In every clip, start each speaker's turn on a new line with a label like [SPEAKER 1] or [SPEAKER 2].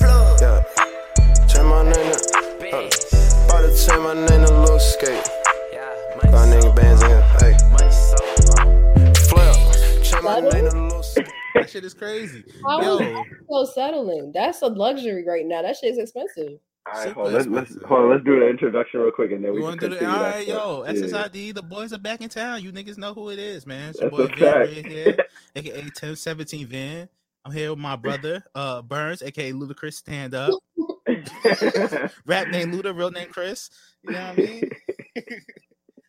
[SPEAKER 1] Yeah. Change my name to. Uh, about to change my name to Lil Skate. Got nigga bands in here. Hey. Flip. Change my name to Lil Skate.
[SPEAKER 2] That shit is crazy.
[SPEAKER 3] How
[SPEAKER 2] Yo,
[SPEAKER 4] Oh,
[SPEAKER 3] is that so settling? That's a luxury right now. That shit is expensive.
[SPEAKER 4] All right,
[SPEAKER 2] Super
[SPEAKER 4] hold on. Let's, let's,
[SPEAKER 2] expensive.
[SPEAKER 4] hold on, let's do the introduction real quick, and then
[SPEAKER 2] we
[SPEAKER 4] we,
[SPEAKER 2] want
[SPEAKER 4] can
[SPEAKER 2] to do
[SPEAKER 4] continue
[SPEAKER 2] the all
[SPEAKER 4] that
[SPEAKER 2] right, yo,
[SPEAKER 4] stuff.
[SPEAKER 2] SSID. The boys are back in town. You niggas know who it is, man. It's your
[SPEAKER 4] That's
[SPEAKER 2] boy Van
[SPEAKER 4] a fact.
[SPEAKER 2] Red here, aka Ten Seventeen Van. I'm here with my brother, uh, Burns, aka Ludacris Stand Up. Rap name Luda, real name Chris. You know what I mean?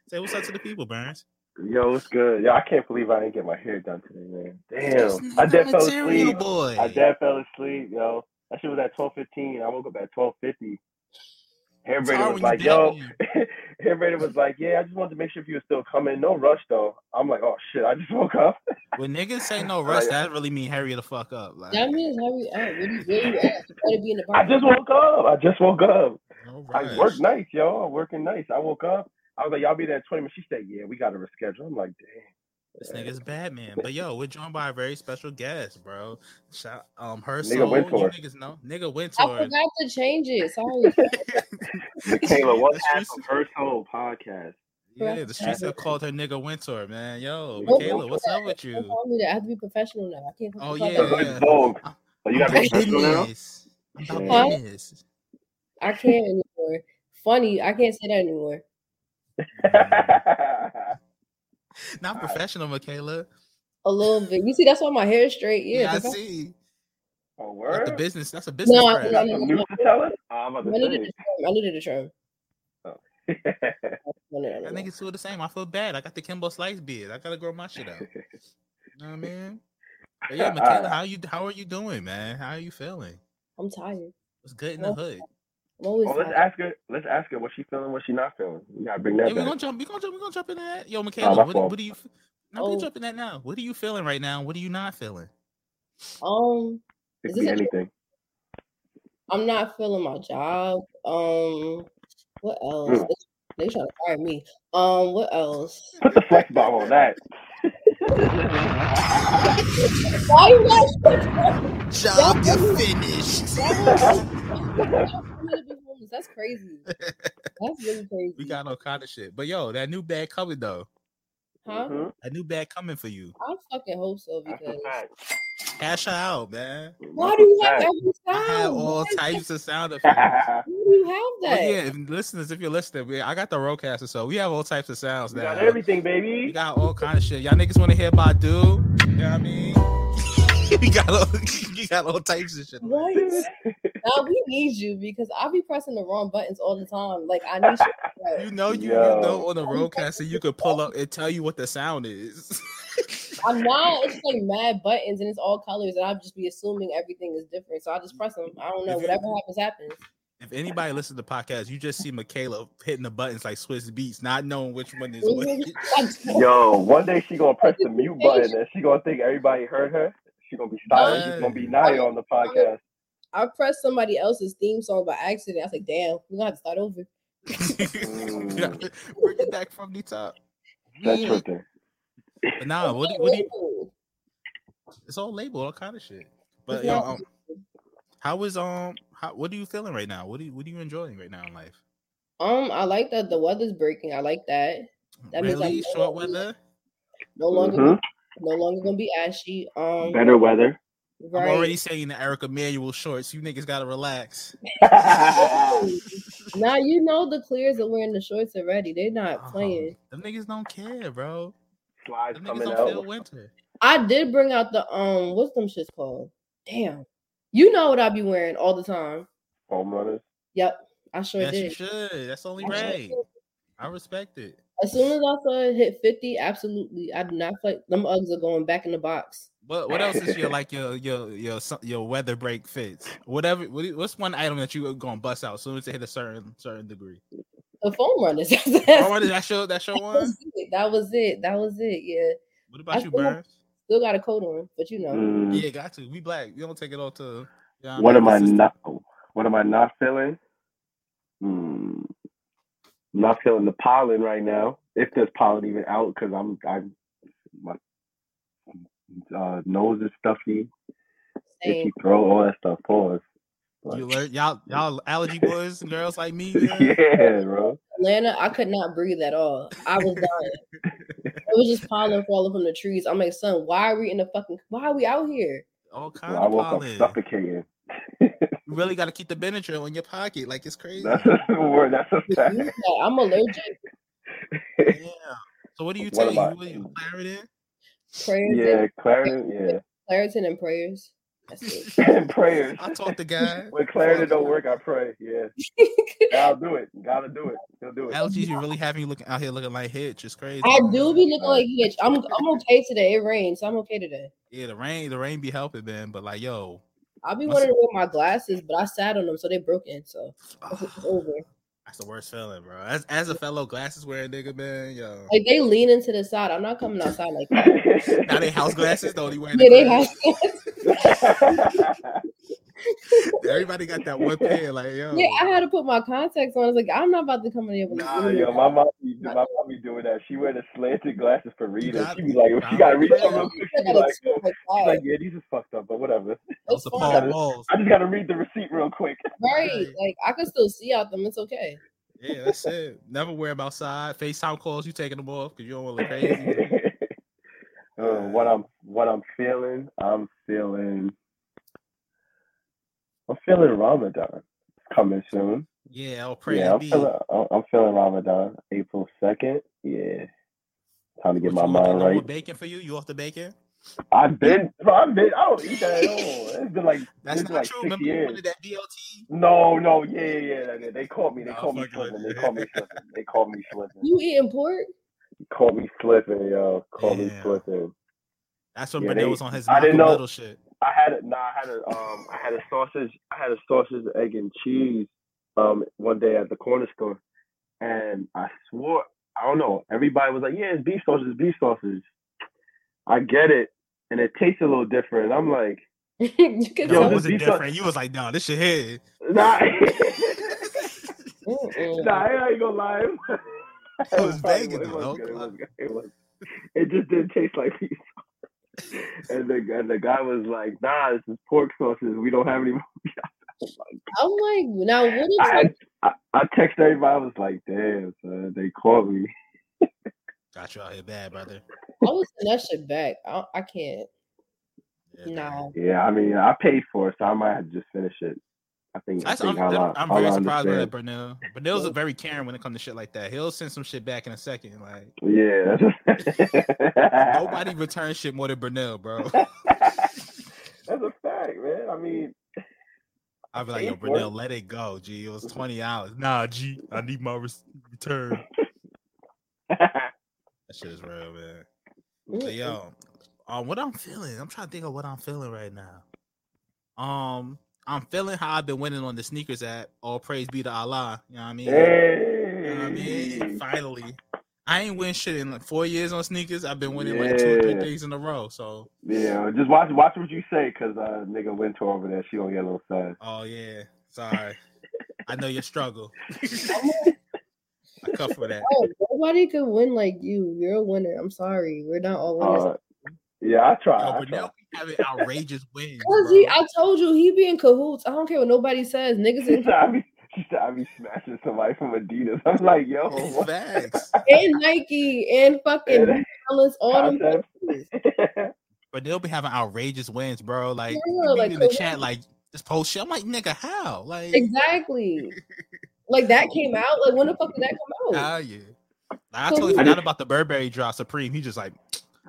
[SPEAKER 2] Say what's up to the people, Burns.
[SPEAKER 4] Yo, what's good? Yo, I can't believe I didn't get my hair done today, man. Damn, I dead fell
[SPEAKER 2] Material
[SPEAKER 4] asleep.
[SPEAKER 2] boy.
[SPEAKER 4] I dead fell asleep, yo. That shit was at twelve fifteen. I woke up at twelve fifty. Hair
[SPEAKER 2] hard
[SPEAKER 4] braider
[SPEAKER 2] when
[SPEAKER 4] was
[SPEAKER 2] you
[SPEAKER 4] like,
[SPEAKER 2] dead,
[SPEAKER 4] yo. hair braider was like, yeah. I just wanted to make sure if you were still coming. No rush though. I'm like, oh shit. I just woke up.
[SPEAKER 2] When niggas say no rush, that really mean hurry the fuck up. Like,
[SPEAKER 3] That means how you out. Where you, where you at? You gotta be in the
[SPEAKER 4] I
[SPEAKER 3] bar.
[SPEAKER 4] just woke up. I just woke up.
[SPEAKER 2] no
[SPEAKER 4] I work nights, yo. I'm working nights. I woke up. I was like, y'all be there at 20 minutes. She said, yeah, we got to reschedule. I'm like,
[SPEAKER 2] This
[SPEAKER 4] damn.
[SPEAKER 2] nigga's Batman. But yo, we're joined by a very special guest, bro. Shout um her
[SPEAKER 4] Nigga
[SPEAKER 2] soul.
[SPEAKER 4] Wintour.
[SPEAKER 2] You niggas know. Nigga
[SPEAKER 3] I
[SPEAKER 2] Wintour.
[SPEAKER 3] forgot to change it. Sorry.
[SPEAKER 4] Michaela, what
[SPEAKER 2] The
[SPEAKER 4] happened?
[SPEAKER 2] streets-
[SPEAKER 4] First whole podcast.
[SPEAKER 2] Yeah, the streets have called her nigga Wintour, man. Yo,
[SPEAKER 4] What-
[SPEAKER 2] Michaela, what's up with
[SPEAKER 3] Don't
[SPEAKER 2] you?
[SPEAKER 3] call me that. I have to be professional now. I can't.
[SPEAKER 2] Oh,
[SPEAKER 3] fucking
[SPEAKER 2] yeah.
[SPEAKER 3] call
[SPEAKER 4] So
[SPEAKER 3] that-
[SPEAKER 4] it's Vogue. So Oh, you got to be
[SPEAKER 2] About
[SPEAKER 4] professional now?
[SPEAKER 2] business. About
[SPEAKER 4] Yeah.
[SPEAKER 2] business.
[SPEAKER 3] I can't anymore. Funny. I can't say that anymore.
[SPEAKER 2] Not professional, Michaela.
[SPEAKER 3] A little bit. You see, that's why my hair is straight.
[SPEAKER 2] Yeah,
[SPEAKER 3] Yeah.
[SPEAKER 2] I
[SPEAKER 3] that's-
[SPEAKER 2] see.
[SPEAKER 4] oh,
[SPEAKER 2] That's
[SPEAKER 4] word?
[SPEAKER 2] the business. That's a business.
[SPEAKER 3] No,
[SPEAKER 2] craft.
[SPEAKER 4] You got
[SPEAKER 3] no,
[SPEAKER 4] some
[SPEAKER 3] no,
[SPEAKER 4] news to tell us? Oh, I'm
[SPEAKER 3] I
[SPEAKER 4] about
[SPEAKER 3] needed
[SPEAKER 4] to
[SPEAKER 3] a trim. I needed a trim.
[SPEAKER 4] say.
[SPEAKER 3] No, no, no,
[SPEAKER 2] I
[SPEAKER 3] no.
[SPEAKER 2] think it's still the same. I feel bad. I got the Kimbo Slice beard. I gotta grow my shit out. You know what I mean? But yeah, Michaela, how you how are you doing, man? How are you feeling?
[SPEAKER 3] I'm tired.
[SPEAKER 2] What's good in the
[SPEAKER 3] Well,
[SPEAKER 2] hood?
[SPEAKER 3] I'm always
[SPEAKER 2] Oh,
[SPEAKER 4] well, let's
[SPEAKER 3] tired.
[SPEAKER 4] ask her. Let's ask her what she feeling, what she not feeling. We gotta bring
[SPEAKER 2] Hey,
[SPEAKER 4] that
[SPEAKER 2] we're gonna
[SPEAKER 4] back.
[SPEAKER 2] jump. We're gonna jump. We're gonna jump into that. Yo, Michaela,
[SPEAKER 4] my
[SPEAKER 2] what,
[SPEAKER 4] fault.
[SPEAKER 2] what do you? f- No, we're
[SPEAKER 3] Oh.
[SPEAKER 2] jumping that now. What are you feeling right now? What are you not feeling?
[SPEAKER 3] Um.
[SPEAKER 4] It
[SPEAKER 3] Is
[SPEAKER 4] could
[SPEAKER 3] this
[SPEAKER 4] be
[SPEAKER 3] a-
[SPEAKER 4] anything.
[SPEAKER 3] I'm not feeling my job. Um, what else?
[SPEAKER 4] Mm.
[SPEAKER 3] They, trying to fire me. Um, what else?
[SPEAKER 4] Put the flex bomb on that.
[SPEAKER 3] Why you guys
[SPEAKER 2] Job, you're finished.
[SPEAKER 3] wanna be homeless? That's crazy. That's really crazy.
[SPEAKER 2] we got all kind of shit. But yo, that new bag coming though.
[SPEAKER 3] huh?
[SPEAKER 4] Mhm.
[SPEAKER 2] That new bag coming for you.
[SPEAKER 3] I fucking hope so
[SPEAKER 4] That's
[SPEAKER 3] because
[SPEAKER 4] a fact.
[SPEAKER 2] Cash her out, man.
[SPEAKER 3] why
[SPEAKER 4] That's
[SPEAKER 3] do
[SPEAKER 4] a
[SPEAKER 3] you have
[SPEAKER 4] fact.
[SPEAKER 3] every
[SPEAKER 2] I have
[SPEAKER 3] sound?
[SPEAKER 2] all
[SPEAKER 3] Why is that-
[SPEAKER 2] types of sound effects.
[SPEAKER 3] Why do you have
[SPEAKER 2] But
[SPEAKER 3] that?
[SPEAKER 2] yeah, if, listeners, if you're listening, we, I got the roadcaster, so we have all types of sounds
[SPEAKER 4] we
[SPEAKER 2] now.
[SPEAKER 4] got everything,
[SPEAKER 2] We
[SPEAKER 4] baby.
[SPEAKER 2] got all kind of shit. Y'all niggas want to hear Badu? You know what I mean? we got all, we got all types of shit.
[SPEAKER 3] What? now we need you because I be pressing the wrong buttons all the time. Like I need you.
[SPEAKER 2] You know, you, you
[SPEAKER 4] Yo.
[SPEAKER 2] know on the roadcaster you could pull up and tell you what the sound is.
[SPEAKER 3] I'm not. It's just like mad buttons and it's all colors, and I'll just be assuming everything is different. So I just press them. I don't know.
[SPEAKER 2] If you-
[SPEAKER 3] Whatever happens, happens.
[SPEAKER 2] if anybody listens to the podcast, you just see Michaela hitting the buttons like Swiss Beats, not knowing which one is which.
[SPEAKER 4] Yo, one day she gonna press the mute button and she gonna think everybody heard her. She gonna be silent. She's gonna be Naya on the podcast.
[SPEAKER 3] I pressed somebody else's theme song by accident. I was like, damn, we're gonna have to start over.
[SPEAKER 2] Bring it back from the top.
[SPEAKER 4] That's tripping.
[SPEAKER 2] But nah, what, do- what do you, it's all labeled, all kind of shit. But yo, um, how is um, how, what are you feeling right now? What do you, what are you enjoying right now in life?
[SPEAKER 3] um, I like that the weather's breaking. I like that. That means
[SPEAKER 2] really
[SPEAKER 3] I'm
[SPEAKER 2] short weather.
[SPEAKER 3] no longer,
[SPEAKER 4] Mhm.
[SPEAKER 3] no longer gonna be ashy. Um,
[SPEAKER 4] Better weather.
[SPEAKER 3] right.
[SPEAKER 2] I'm already saying the Erica Manual shorts. You niggas gotta relax.
[SPEAKER 3] now you know the clears are wearing the shorts already. They're not playing.
[SPEAKER 2] Uh-huh. Them niggas don't care, bro.
[SPEAKER 4] Slides
[SPEAKER 2] Them niggas
[SPEAKER 4] coming
[SPEAKER 2] don't feel
[SPEAKER 4] out.
[SPEAKER 2] winter.
[SPEAKER 3] I did bring out the um, what's them shits called? Damn, you know what I be wearing all the time.
[SPEAKER 4] Home runners.
[SPEAKER 3] Yep, I sure
[SPEAKER 2] yes, you
[SPEAKER 3] did.
[SPEAKER 2] should. That's only
[SPEAKER 3] I sure
[SPEAKER 2] right.
[SPEAKER 3] did.
[SPEAKER 2] I respect it.
[SPEAKER 3] As soon as I saw it hit 50, absolutely. I do not feel like them Uggs are going back in the box.
[SPEAKER 2] What what else is your like your your your so- your weather break fits? Whatever. what- What's one item that you gonna bust out as soon as it hit a certain certain degree?
[SPEAKER 3] The foam runners.
[SPEAKER 2] Oh, what is that show? That show
[SPEAKER 3] That
[SPEAKER 2] one.
[SPEAKER 3] was it. That was it. That was it. Yeah.
[SPEAKER 2] What about
[SPEAKER 3] I
[SPEAKER 2] you,
[SPEAKER 3] feel like-
[SPEAKER 2] Burns?
[SPEAKER 3] Still got a coat on, but you know.
[SPEAKER 4] Mm.
[SPEAKER 2] Yeah, got to. We black. We don't take it all to. Yeah,
[SPEAKER 4] What am I
[SPEAKER 2] this is-
[SPEAKER 4] not? What am I not feeling? Hmm. Not feeling the pollen right now. If there's pollen even out, because I'm I'm my uh, nose is stuffy,
[SPEAKER 3] Same.
[SPEAKER 4] itchy throat, all that stuff. Pause.
[SPEAKER 2] You learn, y'all, y'all allergy boys and girls like me. yeah?
[SPEAKER 4] yeah, bro.
[SPEAKER 3] Atlanta, I could not breathe at all. I was dying. it was just pollen falling from the trees. I'm like, son, why are we in the fucking why are we out here?
[SPEAKER 2] All kind
[SPEAKER 4] I
[SPEAKER 2] of
[SPEAKER 4] woke up
[SPEAKER 2] pollen.
[SPEAKER 4] suffocating.
[SPEAKER 2] You really got to keep the Benadryl in your pocket. Like it's crazy.
[SPEAKER 4] That's a word. That's a
[SPEAKER 3] Like,
[SPEAKER 4] fact.
[SPEAKER 3] you know, I'm allergic.
[SPEAKER 2] yeah. So what do you
[SPEAKER 4] What
[SPEAKER 2] take?
[SPEAKER 4] about-
[SPEAKER 2] You, you Claritin?
[SPEAKER 3] Prayers
[SPEAKER 4] Yeah,
[SPEAKER 3] and
[SPEAKER 4] Claritin.
[SPEAKER 3] Claritin and prayers. That's it.
[SPEAKER 4] Yeah, prayers.
[SPEAKER 2] I talked to guy.
[SPEAKER 4] When Claritin don't work, I pray. Yeah, I'll do it. Gotta do it. He'll do it.
[SPEAKER 2] Allergies are really having you looking out here looking like Hitch. It's crazy.
[SPEAKER 3] I do be looking like Hitch. I'm I'm okay today. It rains, so I'm okay today.
[SPEAKER 2] Yeah, the rain, the rain be helping, man. But like, yo,
[SPEAKER 3] I'll be
[SPEAKER 2] I
[SPEAKER 3] wanting to wear my glasses, but I sat on them, so they broke in. So it's it's
[SPEAKER 2] that's
[SPEAKER 3] over.
[SPEAKER 2] the worst feeling, bro. As, as a fellow glasses wearing nigga, man, yo.
[SPEAKER 3] Like they lean into the side. I'm not coming outside like that.
[SPEAKER 2] Now they house glasses, though. You wearing
[SPEAKER 3] Yeah,
[SPEAKER 2] the
[SPEAKER 3] they
[SPEAKER 2] glasses.
[SPEAKER 3] have.
[SPEAKER 2] Everybody got that one pair, like yo.
[SPEAKER 3] Yeah, I had to put my contacts on. I was like, I'm not about to come in here with
[SPEAKER 4] Oh. Nah,
[SPEAKER 3] this.
[SPEAKER 4] yo, my mom, be, my mom be doing that. She wear the slanted glasses for reading.
[SPEAKER 2] got-
[SPEAKER 4] She be like, if she
[SPEAKER 2] I'm
[SPEAKER 4] got to read
[SPEAKER 2] crazy.
[SPEAKER 4] something real quick, she be like, oh.
[SPEAKER 3] like
[SPEAKER 4] She's like,
[SPEAKER 3] that.
[SPEAKER 4] yeah, these is fucked up, but whatever.
[SPEAKER 2] Those
[SPEAKER 3] It's
[SPEAKER 2] are
[SPEAKER 3] fine.
[SPEAKER 2] Paul Walls.
[SPEAKER 4] I just got to read the receipt real quick.
[SPEAKER 3] Right. Like I can still see out them. It's okay.
[SPEAKER 2] Yeah, that's it. Never wear them outside. FaceTime calls, you taking them off because you don't want to look crazy.
[SPEAKER 4] uh, what I'm, what I'm feeling, I'm feeling, I'm feeling Ramadan coming soon.
[SPEAKER 2] Yeah, I'll pray.
[SPEAKER 4] yeah,
[SPEAKER 2] Yeah,
[SPEAKER 4] I'm feeling, I'm I'm feeling Ramadan, April second. Yeah, time to get my mind right.
[SPEAKER 2] Bacon for you? You off the bacon?
[SPEAKER 4] I've been, bro, I've been, I don't eat that at all. It's been like,
[SPEAKER 2] That's not
[SPEAKER 4] it's been
[SPEAKER 2] true.
[SPEAKER 4] like six
[SPEAKER 2] Remember you
[SPEAKER 4] years.
[SPEAKER 2] wanted that DLT?
[SPEAKER 4] No, no, yeah, yeah, yeah. They, they caught me. They
[SPEAKER 2] Nah,
[SPEAKER 4] caught me
[SPEAKER 2] fuck it.
[SPEAKER 4] slipping. They caught me slipping. They caught me slipping.
[SPEAKER 3] You eating pork?
[SPEAKER 4] Caught me slipping, yo. Caught me
[SPEAKER 2] Yeah.
[SPEAKER 4] slipping.
[SPEAKER 2] That's when
[SPEAKER 4] Yeah,
[SPEAKER 2] yeah,
[SPEAKER 4] they-
[SPEAKER 2] was on his
[SPEAKER 4] I didn't
[SPEAKER 2] Malcolm
[SPEAKER 4] know.
[SPEAKER 2] Little shit.
[SPEAKER 4] I had a nah. I had a um. I had a sausage. I had a sausage, egg, and cheese. Um, one day at the corner store, and I swore. I don't know. Everybody was like, "Yeah, it's beef sausage, it's beef sausage." I get it, and it tastes a little different. And I'm like,
[SPEAKER 3] you can
[SPEAKER 4] Yo,
[SPEAKER 2] Yo, it
[SPEAKER 3] tell.
[SPEAKER 4] this
[SPEAKER 2] was
[SPEAKER 4] beef
[SPEAKER 2] different.
[SPEAKER 4] sauce-
[SPEAKER 2] You was like, no, this shit here.
[SPEAKER 4] Nah,
[SPEAKER 3] Mm-mm.
[SPEAKER 4] nah, I ain't gonna lie. It
[SPEAKER 2] was
[SPEAKER 4] probably-
[SPEAKER 2] banging,
[SPEAKER 4] it was
[SPEAKER 2] though.
[SPEAKER 4] good, it was good, it was- it just didn't taste like beef. sauce. and the and the guy was like, "Nah, this is pork sausage. We don't have any." more."
[SPEAKER 3] I'm like, now what is
[SPEAKER 4] I,
[SPEAKER 3] like,
[SPEAKER 4] had- I I texted everybody. I was like, "Damn, son, they caught me."
[SPEAKER 2] Got you out here bad, brother.
[SPEAKER 3] I was send that shit back. I, I can't.
[SPEAKER 2] Yeah, man.
[SPEAKER 3] No.
[SPEAKER 4] Yeah, I mean, I paid for it, so I might have to just finish it. I think.
[SPEAKER 2] That's,
[SPEAKER 4] I
[SPEAKER 2] I'm,
[SPEAKER 4] think I'll-
[SPEAKER 2] I'm, I'm
[SPEAKER 4] I'll
[SPEAKER 2] very surprised by that,
[SPEAKER 4] understand.
[SPEAKER 2] Bernal. Bernal's a very Karen when it comes to shit like that. He'll send some shit back in a second. Like
[SPEAKER 4] Yeah. that's-
[SPEAKER 2] nobody returns shit more than Bernal, bro.
[SPEAKER 4] That's a fact, man. I mean,
[SPEAKER 2] I'd be like, yo,
[SPEAKER 4] Paid for it.
[SPEAKER 2] Bernal, let it go, G. It was twenty dollars. Nah, G, I need my re- return. That shit is real, man.
[SPEAKER 3] Mm.
[SPEAKER 2] But yo, um, what I'm feeling, I'm trying to think of what I'm feeling right now. Um, I'm feeling how I've been winning on the sneakers app. All praise be to Allah. You know what I mean? You know what I mean?
[SPEAKER 4] hey.
[SPEAKER 2] Finally. I ain't win shit in like four years on sneakers. I've been winning like two or three
[SPEAKER 4] Yeah.
[SPEAKER 2] things in a row. So
[SPEAKER 4] Yeah, just watch watch what you say, cause uh, nigga Winter over there, she gonna get a little sad.
[SPEAKER 2] oh yeah. Sorry. I know your struggle. I cut for that.
[SPEAKER 3] Oh, nobody could win like you. You're a winner. I'm sorry. We're not all winners.
[SPEAKER 4] Uh, yeah, I try.
[SPEAKER 2] Oh, Yo,
[SPEAKER 4] I
[SPEAKER 2] but
[SPEAKER 4] try.
[SPEAKER 2] now we having outrageous wins.
[SPEAKER 3] Cause
[SPEAKER 2] bro.
[SPEAKER 3] he, I told you he be in cahoots. I don't care what nobody says. Niggas in
[SPEAKER 4] I be, I be smashing somebody from Adidas. I'm like, yo, Oh, what?
[SPEAKER 2] Facts.
[SPEAKER 3] and Nike and fucking New Balance, all them.
[SPEAKER 4] Concept.
[SPEAKER 2] But they'll be having outrageous wins, bro. Like,
[SPEAKER 3] Yeah,
[SPEAKER 2] you be
[SPEAKER 3] like,
[SPEAKER 2] in the
[SPEAKER 3] so-
[SPEAKER 2] chat, like, this post shit. I'm like, nigga, how? Like,
[SPEAKER 3] Exactly. Like that came out. Like when the fuck did that come out?
[SPEAKER 2] how you? I
[SPEAKER 3] So
[SPEAKER 2] totally
[SPEAKER 3] who-
[SPEAKER 2] forgot about the Burberry drop Supreme. He just like,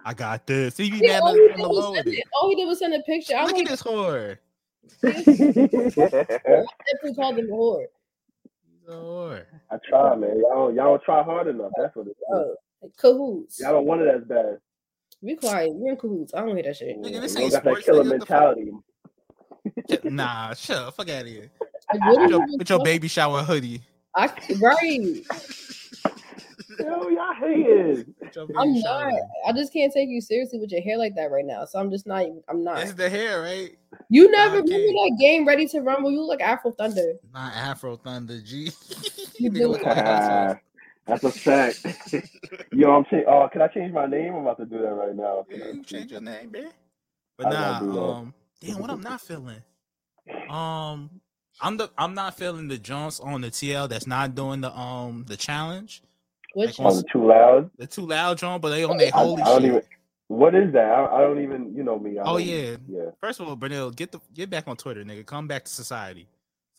[SPEAKER 2] I got this. He be
[SPEAKER 3] Yeah,
[SPEAKER 2] mad
[SPEAKER 3] all,
[SPEAKER 2] on
[SPEAKER 3] he
[SPEAKER 2] the-
[SPEAKER 3] did
[SPEAKER 2] on the
[SPEAKER 3] was
[SPEAKER 2] low with
[SPEAKER 3] send it.
[SPEAKER 2] it.
[SPEAKER 3] all he did was send a picture. I'm
[SPEAKER 2] Look
[SPEAKER 3] like,
[SPEAKER 2] at this whore.
[SPEAKER 3] definitely called him a whore.
[SPEAKER 2] He's a whore.
[SPEAKER 4] I try, man. Y'all, y'all don't try hard enough. That's what it is.
[SPEAKER 3] Oh, cahoots.
[SPEAKER 4] Y'all don't want it as bad.
[SPEAKER 3] Be quiet. We're in cahoots. I don't hear that shit.
[SPEAKER 2] Nigga, this
[SPEAKER 4] You
[SPEAKER 2] ain't
[SPEAKER 4] got that
[SPEAKER 2] sports,
[SPEAKER 4] killer
[SPEAKER 2] nigga. What the fuck?
[SPEAKER 4] mentality.
[SPEAKER 2] Nah, shut up. Fuck out of here.
[SPEAKER 3] Like, what
[SPEAKER 2] With
[SPEAKER 3] are
[SPEAKER 2] your,
[SPEAKER 3] you
[SPEAKER 2] with your baby shower hoodie.
[SPEAKER 3] I, right.
[SPEAKER 4] Yo, y'all haters.
[SPEAKER 2] With your baby
[SPEAKER 3] I'm
[SPEAKER 2] shower
[SPEAKER 3] not.
[SPEAKER 2] hoodie.
[SPEAKER 3] I just can't take you seriously with your hair like that right now. So I'm just not. I'm not.
[SPEAKER 2] It's the hair, right?
[SPEAKER 3] You never
[SPEAKER 2] Okay.
[SPEAKER 3] remember that game Ready to Rumble. You look like Afro Thunder.
[SPEAKER 2] Not Afro Thunder G.
[SPEAKER 3] You
[SPEAKER 2] Nigga
[SPEAKER 3] do.
[SPEAKER 2] look like Hot Sauce.
[SPEAKER 4] That's a fact. Yo, I'm saying. Oh, can I change my name? I'm about to do that right now.
[SPEAKER 2] Yeah, you change your name, man.
[SPEAKER 4] I
[SPEAKER 2] But nah,
[SPEAKER 4] love you, man.
[SPEAKER 2] um, damn, what I'm not feeling. Um, I'm the I'm not feeling the Jones on the TL that's not doing the um the challenge.
[SPEAKER 3] Which
[SPEAKER 2] Like,
[SPEAKER 4] Oh, it's too loud.
[SPEAKER 2] The too loud John, but they on their
[SPEAKER 4] I,
[SPEAKER 2] holy
[SPEAKER 4] I don't
[SPEAKER 2] shit.
[SPEAKER 4] even. What is that? I, I don't even. You know me. I
[SPEAKER 2] Oh
[SPEAKER 4] don't-
[SPEAKER 2] yeah.
[SPEAKER 4] Yeah.
[SPEAKER 2] First of all, Brunel, get the get back on Twitter, nigga. Come back to society.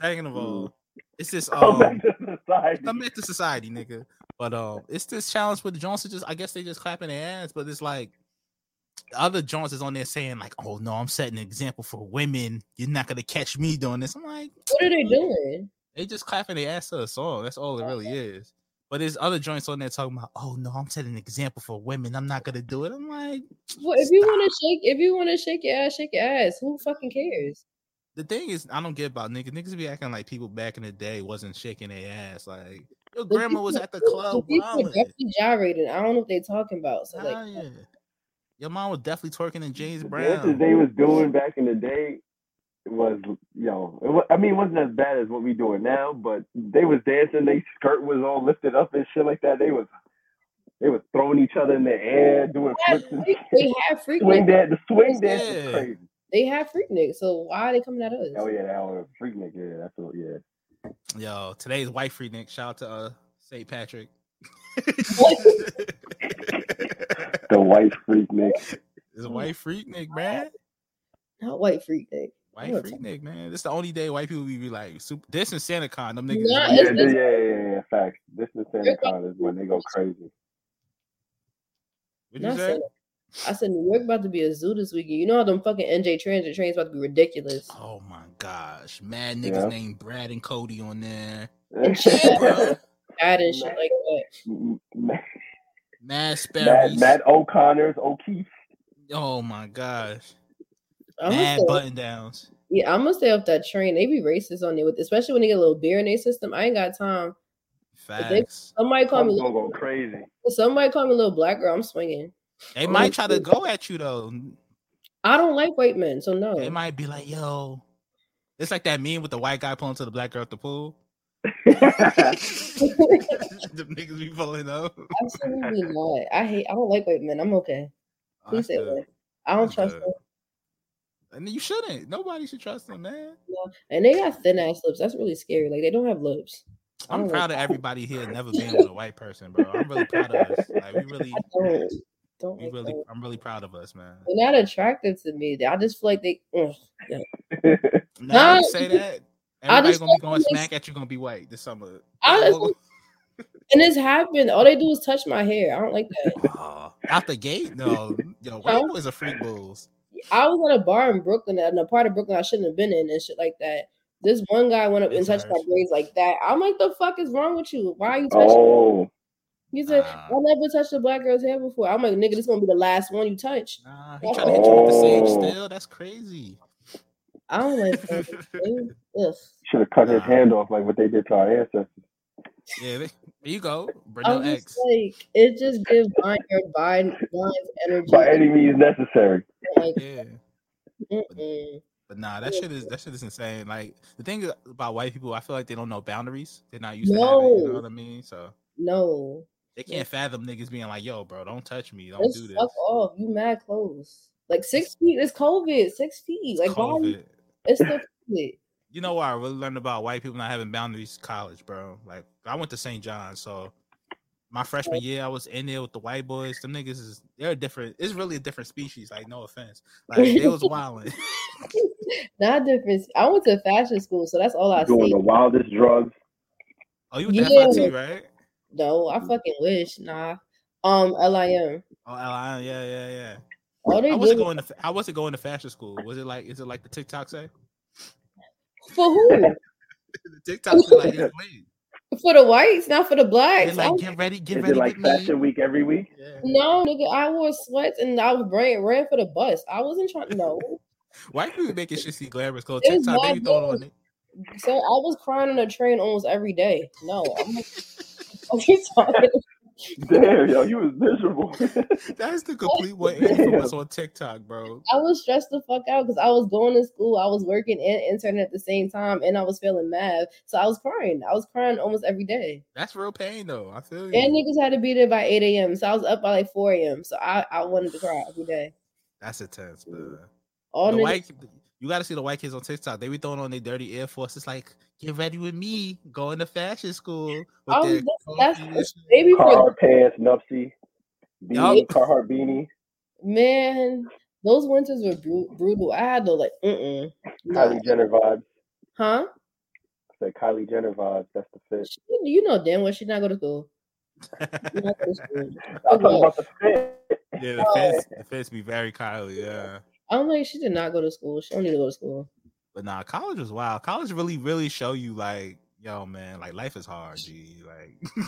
[SPEAKER 2] Second of all, it's this
[SPEAKER 4] Come
[SPEAKER 2] um
[SPEAKER 4] back to society.
[SPEAKER 2] come back to society, nigga. But um, it's this challenge with the Johnson. Just I guess they just clapping their ass, but it's like the other Jones is on there saying like, "Oh no, I'm setting an example for women. You're not gonna catch me doing this." I'm like,
[SPEAKER 3] what are they doing?
[SPEAKER 2] they just clapping their ass to a song. That's all it really is. But there's other joints on there talking about, "Oh no, I'm setting an example for women. I'm not gonna do it." I'm like,
[SPEAKER 3] Well, if you want to shake, if you want to shake your ass, shake your ass. Who fucking cares?
[SPEAKER 2] the thing is, I don't get about niggas. Niggas be acting like people back in the day wasn't shaking their ass. Like
[SPEAKER 3] The
[SPEAKER 2] your grandma was
[SPEAKER 3] people-
[SPEAKER 2] at the club.
[SPEAKER 3] people are
[SPEAKER 2] wilding.
[SPEAKER 3] definitely gyrating. I don't know what they're talking about. So like,
[SPEAKER 2] Hell yeah. Your mom was definitely twerking in James
[SPEAKER 4] The
[SPEAKER 2] Brown.
[SPEAKER 4] dances they was doing back in the day was yo. It wa- I mean, it wasn't as bad as what we doing now, but they was dancing. They skirt was all lifted up and shit like that. They was they was throwing each other in the air, doing flips and
[SPEAKER 3] they,
[SPEAKER 4] shit.
[SPEAKER 3] they have freak.
[SPEAKER 4] swing dance. The swing dance
[SPEAKER 2] Yeah.
[SPEAKER 4] is crazy.
[SPEAKER 3] They have freak nicks. So why are they coming at us?
[SPEAKER 4] Oh yeah, that was a freak nigga. Yeah, that's what. Yeah.
[SPEAKER 2] Yo, today's white free Nick. Shout out to uh St. Patrick.
[SPEAKER 4] The white freak nigga.
[SPEAKER 2] It's a white freak Nick, man.
[SPEAKER 3] Not white freak nick.
[SPEAKER 2] White freak Nick, man. This the only day white people be like super, this and Santa Con. Them niggas. is
[SPEAKER 3] Nah,
[SPEAKER 2] white.
[SPEAKER 4] Yeah,
[SPEAKER 3] it's-
[SPEAKER 4] yeah, yeah, yeah, yeah. Facts. This is Santa Con is when they go crazy.
[SPEAKER 2] What'd
[SPEAKER 3] Not
[SPEAKER 2] you say?
[SPEAKER 3] Santa. I said New York about to be a zoo this weekend. You know how them fucking NJ Transit trains about to be ridiculous.
[SPEAKER 2] Oh my gosh. Mad niggas
[SPEAKER 4] Yeah.
[SPEAKER 2] named Brad and Cody on there.
[SPEAKER 3] Bro. Bad and shit like that.
[SPEAKER 4] Mad,
[SPEAKER 2] Mad Sperry's.
[SPEAKER 4] Mad O'Connor's O'Keefe.
[SPEAKER 2] Oh my gosh.
[SPEAKER 3] I'm gonna
[SPEAKER 2] Mad
[SPEAKER 3] stay,
[SPEAKER 2] button downs.
[SPEAKER 3] yeah, I'm gonna stay off that train. They be racist on there with, especially when they get a little beer in their system. I ain't got time. they-
[SPEAKER 2] Facts.
[SPEAKER 3] Somebody call
[SPEAKER 4] I'm
[SPEAKER 3] me.
[SPEAKER 4] gonna go crazy.
[SPEAKER 3] Somebody call me little black girl. I'm swinging.
[SPEAKER 2] They might
[SPEAKER 3] Oh,
[SPEAKER 2] try to go at you though.
[SPEAKER 3] I don't like white men, so no.
[SPEAKER 2] They might be like, yo, it's like that meme with the white guy pulling to the black girl at the pool. the niggas be pulling up.
[SPEAKER 3] Absolutely not. I hate. I don't like white men. I'm okay. Please say
[SPEAKER 2] That's
[SPEAKER 3] that. I don't
[SPEAKER 2] That's
[SPEAKER 3] trust
[SPEAKER 2] good.
[SPEAKER 3] them.
[SPEAKER 2] And you shouldn't. Nobody should trust them, man.
[SPEAKER 3] And they got thin ass lips. That's really scary. Like they don't have lips. I
[SPEAKER 2] I'm
[SPEAKER 3] don't
[SPEAKER 2] proud of everybody here never being with a white person, bro. I'm really proud of us. Like we really,
[SPEAKER 3] Don't, don't
[SPEAKER 2] we
[SPEAKER 3] like
[SPEAKER 2] really,
[SPEAKER 3] them.
[SPEAKER 2] I'm really proud of us, man.
[SPEAKER 3] They're not attractive to me. I just feel like they. ugh.
[SPEAKER 2] Now
[SPEAKER 3] Nah,
[SPEAKER 2] you say that,
[SPEAKER 3] I
[SPEAKER 2] everybody's
[SPEAKER 3] just
[SPEAKER 2] gonna be
[SPEAKER 3] don't
[SPEAKER 2] going
[SPEAKER 3] think-
[SPEAKER 2] smack at you. Gonna be white this summer.
[SPEAKER 3] I just- And it's happened. All they do is touch my hair. I don't like that.
[SPEAKER 2] Aw, out the gate, no, yo, white
[SPEAKER 3] No.
[SPEAKER 2] boys are freak bulls.
[SPEAKER 3] I was at a bar in Brooklyn, in a part of Brooklyn I shouldn't have been in, and shit like that. This one guy went up and
[SPEAKER 2] It's
[SPEAKER 3] touched my
[SPEAKER 2] hurtful.
[SPEAKER 3] braids like that. I'm like, the fuck is wrong with you? Why are you touching?
[SPEAKER 4] oh,
[SPEAKER 3] He said,
[SPEAKER 2] Nah.
[SPEAKER 3] I never touched a black girl's hair before. I'm like, nigga, this gonna be the last one you touch.
[SPEAKER 2] Nah, he trying to hit you with the sage
[SPEAKER 3] Oh.
[SPEAKER 2] still. That's crazy.
[SPEAKER 3] I don't like that. Dude. Ugh.
[SPEAKER 4] should have cut his
[SPEAKER 2] Nah.
[SPEAKER 4] hand off like what they did to our ancestors.
[SPEAKER 2] Yeah, they- there you go. Brunel
[SPEAKER 3] I'm
[SPEAKER 2] X.
[SPEAKER 3] just like, it just gives Vine your Vine Vine's energy.
[SPEAKER 4] By any means necessary.
[SPEAKER 3] Like,
[SPEAKER 2] Yeah.
[SPEAKER 3] mm-mm.
[SPEAKER 2] But nah, that shit is that shit is insane. Like the thing about white people, I feel like they don't know boundaries. They're not used to having, you know
[SPEAKER 3] No.
[SPEAKER 2] what I mean? So
[SPEAKER 3] no,
[SPEAKER 2] they can't fathom niggas being like, "Yo, bro, don't touch me, don't
[SPEAKER 3] just
[SPEAKER 2] do this."
[SPEAKER 3] fuck off. You mad close. Like six feet. It's COVID. Six feet. Like why?
[SPEAKER 2] COVID.
[SPEAKER 3] It's the COVID.
[SPEAKER 2] You know what I really learned about white people not having boundaries? College, bro. Like I went to St. John, so my freshman year I was in there with the white boys. Them niggas is they're different. It's really a different species. Like no offense, like they was wilding.
[SPEAKER 3] Not different. I went to fashion school, so that's all I
[SPEAKER 4] doing
[SPEAKER 3] see.
[SPEAKER 4] the wildest drugs.
[SPEAKER 2] Oh, you with
[SPEAKER 3] Yeah.
[SPEAKER 2] the FIT, right?
[SPEAKER 3] No, I fucking wish. Nah. Um, LIM.
[SPEAKER 2] Oh, LI, yeah, yeah, yeah.
[SPEAKER 3] All they
[SPEAKER 2] I
[SPEAKER 3] did
[SPEAKER 2] wasn't going to. I wasn't going to fashion school. Was it like? Is it like the TikTok say?
[SPEAKER 3] for who?
[SPEAKER 2] The TikTok say like, it's lame.
[SPEAKER 3] for the whites, not for the
[SPEAKER 2] They
[SPEAKER 3] blacks. I
[SPEAKER 2] like
[SPEAKER 3] was-
[SPEAKER 2] get ready, get
[SPEAKER 4] Is
[SPEAKER 2] ready.
[SPEAKER 4] it like
[SPEAKER 2] get me.
[SPEAKER 4] Fashion Week every week?
[SPEAKER 2] Yeah.
[SPEAKER 3] no, nigga, I wore sweats and I was ran, ran for the bus. I wasn't trying. No,
[SPEAKER 2] White people making shit see glamorous clothes.
[SPEAKER 3] It was
[SPEAKER 2] TikTok, they
[SPEAKER 3] my
[SPEAKER 2] be throwing on it.
[SPEAKER 3] so I was crying on a train almost every day. No, I'm like, what you talking about?
[SPEAKER 4] Damn, yo, you was miserable.
[SPEAKER 2] That's the complete what influence on TikTok, bro.
[SPEAKER 3] I was stressed the fuck out because I was going to school, I was working and interning at the same time, and I was failing math. So I was crying. I was crying almost every day.
[SPEAKER 2] That's real pain though. I feel you.
[SPEAKER 3] And niggas had to be there by 8 a.m. So I was up by like 4 a.m. So I, I wanted to cry every day.
[SPEAKER 2] That's intense, bro.
[SPEAKER 3] All
[SPEAKER 2] the
[SPEAKER 3] niggas,
[SPEAKER 2] white, you got to see the white kids on TikTok. They be throwing on their dirty Air Force. It's like, get ready with me, going to fashion school. with
[SPEAKER 3] Oh,
[SPEAKER 2] their
[SPEAKER 3] that's-
[SPEAKER 2] coffee and
[SPEAKER 3] that's-
[SPEAKER 2] shit.
[SPEAKER 3] they be for,
[SPEAKER 4] Carhartt pants, Nupsy, beanie,
[SPEAKER 2] Yup.
[SPEAKER 4] Carhartt beanie.
[SPEAKER 3] man, those winters were bru- brutal. I had to like, mm mm.
[SPEAKER 4] Kylie Jenner vibes.
[SPEAKER 3] Huh?
[SPEAKER 4] Said Kylie Jenner vibes. That's the fit.
[SPEAKER 3] She, you know damn well she not go to school. She not go to school.
[SPEAKER 4] I'm talking about the fit.
[SPEAKER 2] yeah, the fits, the fits be very Kylie. Yeah,
[SPEAKER 3] I'm like, she did not go to school. She don't need to go to school.
[SPEAKER 2] but nah, college was wild. College really, really show you like, yo, man, like life is hard, G. Like,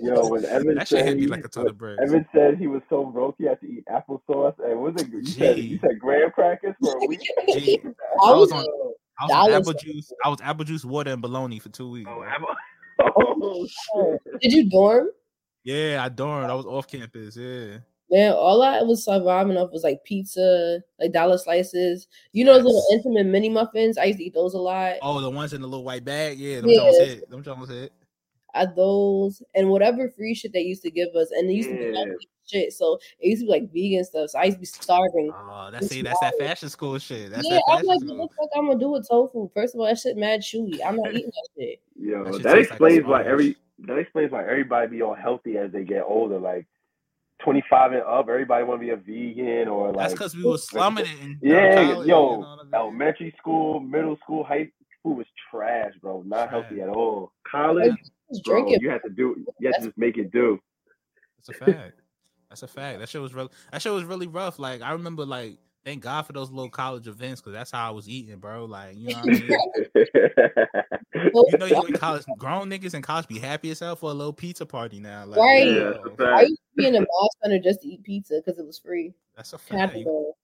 [SPEAKER 4] Yo, when Evan
[SPEAKER 2] that shit
[SPEAKER 4] said
[SPEAKER 2] hit me
[SPEAKER 4] he-
[SPEAKER 2] like a ton of bricks.
[SPEAKER 4] Evan said he was so broke he had to eat applesauce. And was it you said, you
[SPEAKER 2] Gee.
[SPEAKER 4] said graham crackers for a week?
[SPEAKER 2] G,
[SPEAKER 3] I
[SPEAKER 2] was
[SPEAKER 3] was
[SPEAKER 2] on- I was
[SPEAKER 3] That
[SPEAKER 2] on
[SPEAKER 3] was-
[SPEAKER 2] apple juice. I was apple juice, water, and bologna for two weeks.
[SPEAKER 4] Oh,
[SPEAKER 2] bro.
[SPEAKER 4] apple- oh, shit.
[SPEAKER 3] did you dorm?
[SPEAKER 2] Yeah, I dormed. I was off campus. Yeah.
[SPEAKER 3] Man, all I was surviving off was like pizza, like dollar slices. You know, those little
[SPEAKER 2] Yes.
[SPEAKER 3] intimate mini muffins. I used to eat those a lot.
[SPEAKER 2] Oh, the ones in the little white bag. Yeah, them
[SPEAKER 3] Yeah.
[SPEAKER 2] Jones hit. Them Jones hit.
[SPEAKER 3] I had those and whatever free shit they used to give us, and they used to be
[SPEAKER 4] Yeah.
[SPEAKER 3] healthy shit. So it used to be like vegan stuff. So I used to be starving.
[SPEAKER 2] Oh,
[SPEAKER 3] It's
[SPEAKER 2] that's see, that's that fashion school shit. That's
[SPEAKER 3] yeah,
[SPEAKER 2] that
[SPEAKER 3] I'm
[SPEAKER 2] fashion
[SPEAKER 3] like, what the
[SPEAKER 2] school.
[SPEAKER 3] fuck I'm gonna do with tofu? First of all, that shit mad chewy. I'm not eating that shit.
[SPEAKER 4] Yo,
[SPEAKER 2] That
[SPEAKER 4] that,
[SPEAKER 2] shit tastes like
[SPEAKER 4] explains why
[SPEAKER 2] sponge.
[SPEAKER 4] every that explains why everybody be all healthy as they get older. Like twenty five and up, everybody want to be a vegan or like
[SPEAKER 2] That's because we was slumming it. In uh,
[SPEAKER 4] yeah,
[SPEAKER 2] college,
[SPEAKER 4] yo,
[SPEAKER 2] you know what I mean?
[SPEAKER 4] elementary school, middle school, high school was trash, bro. Not healthy at all. College,
[SPEAKER 3] Like, Just
[SPEAKER 4] bro,
[SPEAKER 3] drink it.
[SPEAKER 4] you had to do, you had to just make it do.
[SPEAKER 2] That's a fact. That's a fact. That shit was real. That shit was really rough. Like I remember, like thank God for those little college events because that's how I was eating, bro. Like you know what I mean. You know, you in college, grown niggas in college be happy as hell for a little pizza party now. Like,
[SPEAKER 3] Right.
[SPEAKER 4] yeah,
[SPEAKER 2] yo,
[SPEAKER 4] that's a
[SPEAKER 3] I
[SPEAKER 4] fact.
[SPEAKER 3] used to be in a mall center just to eat pizza because it was free.
[SPEAKER 2] that's a fact. You,
[SPEAKER 3] Capital.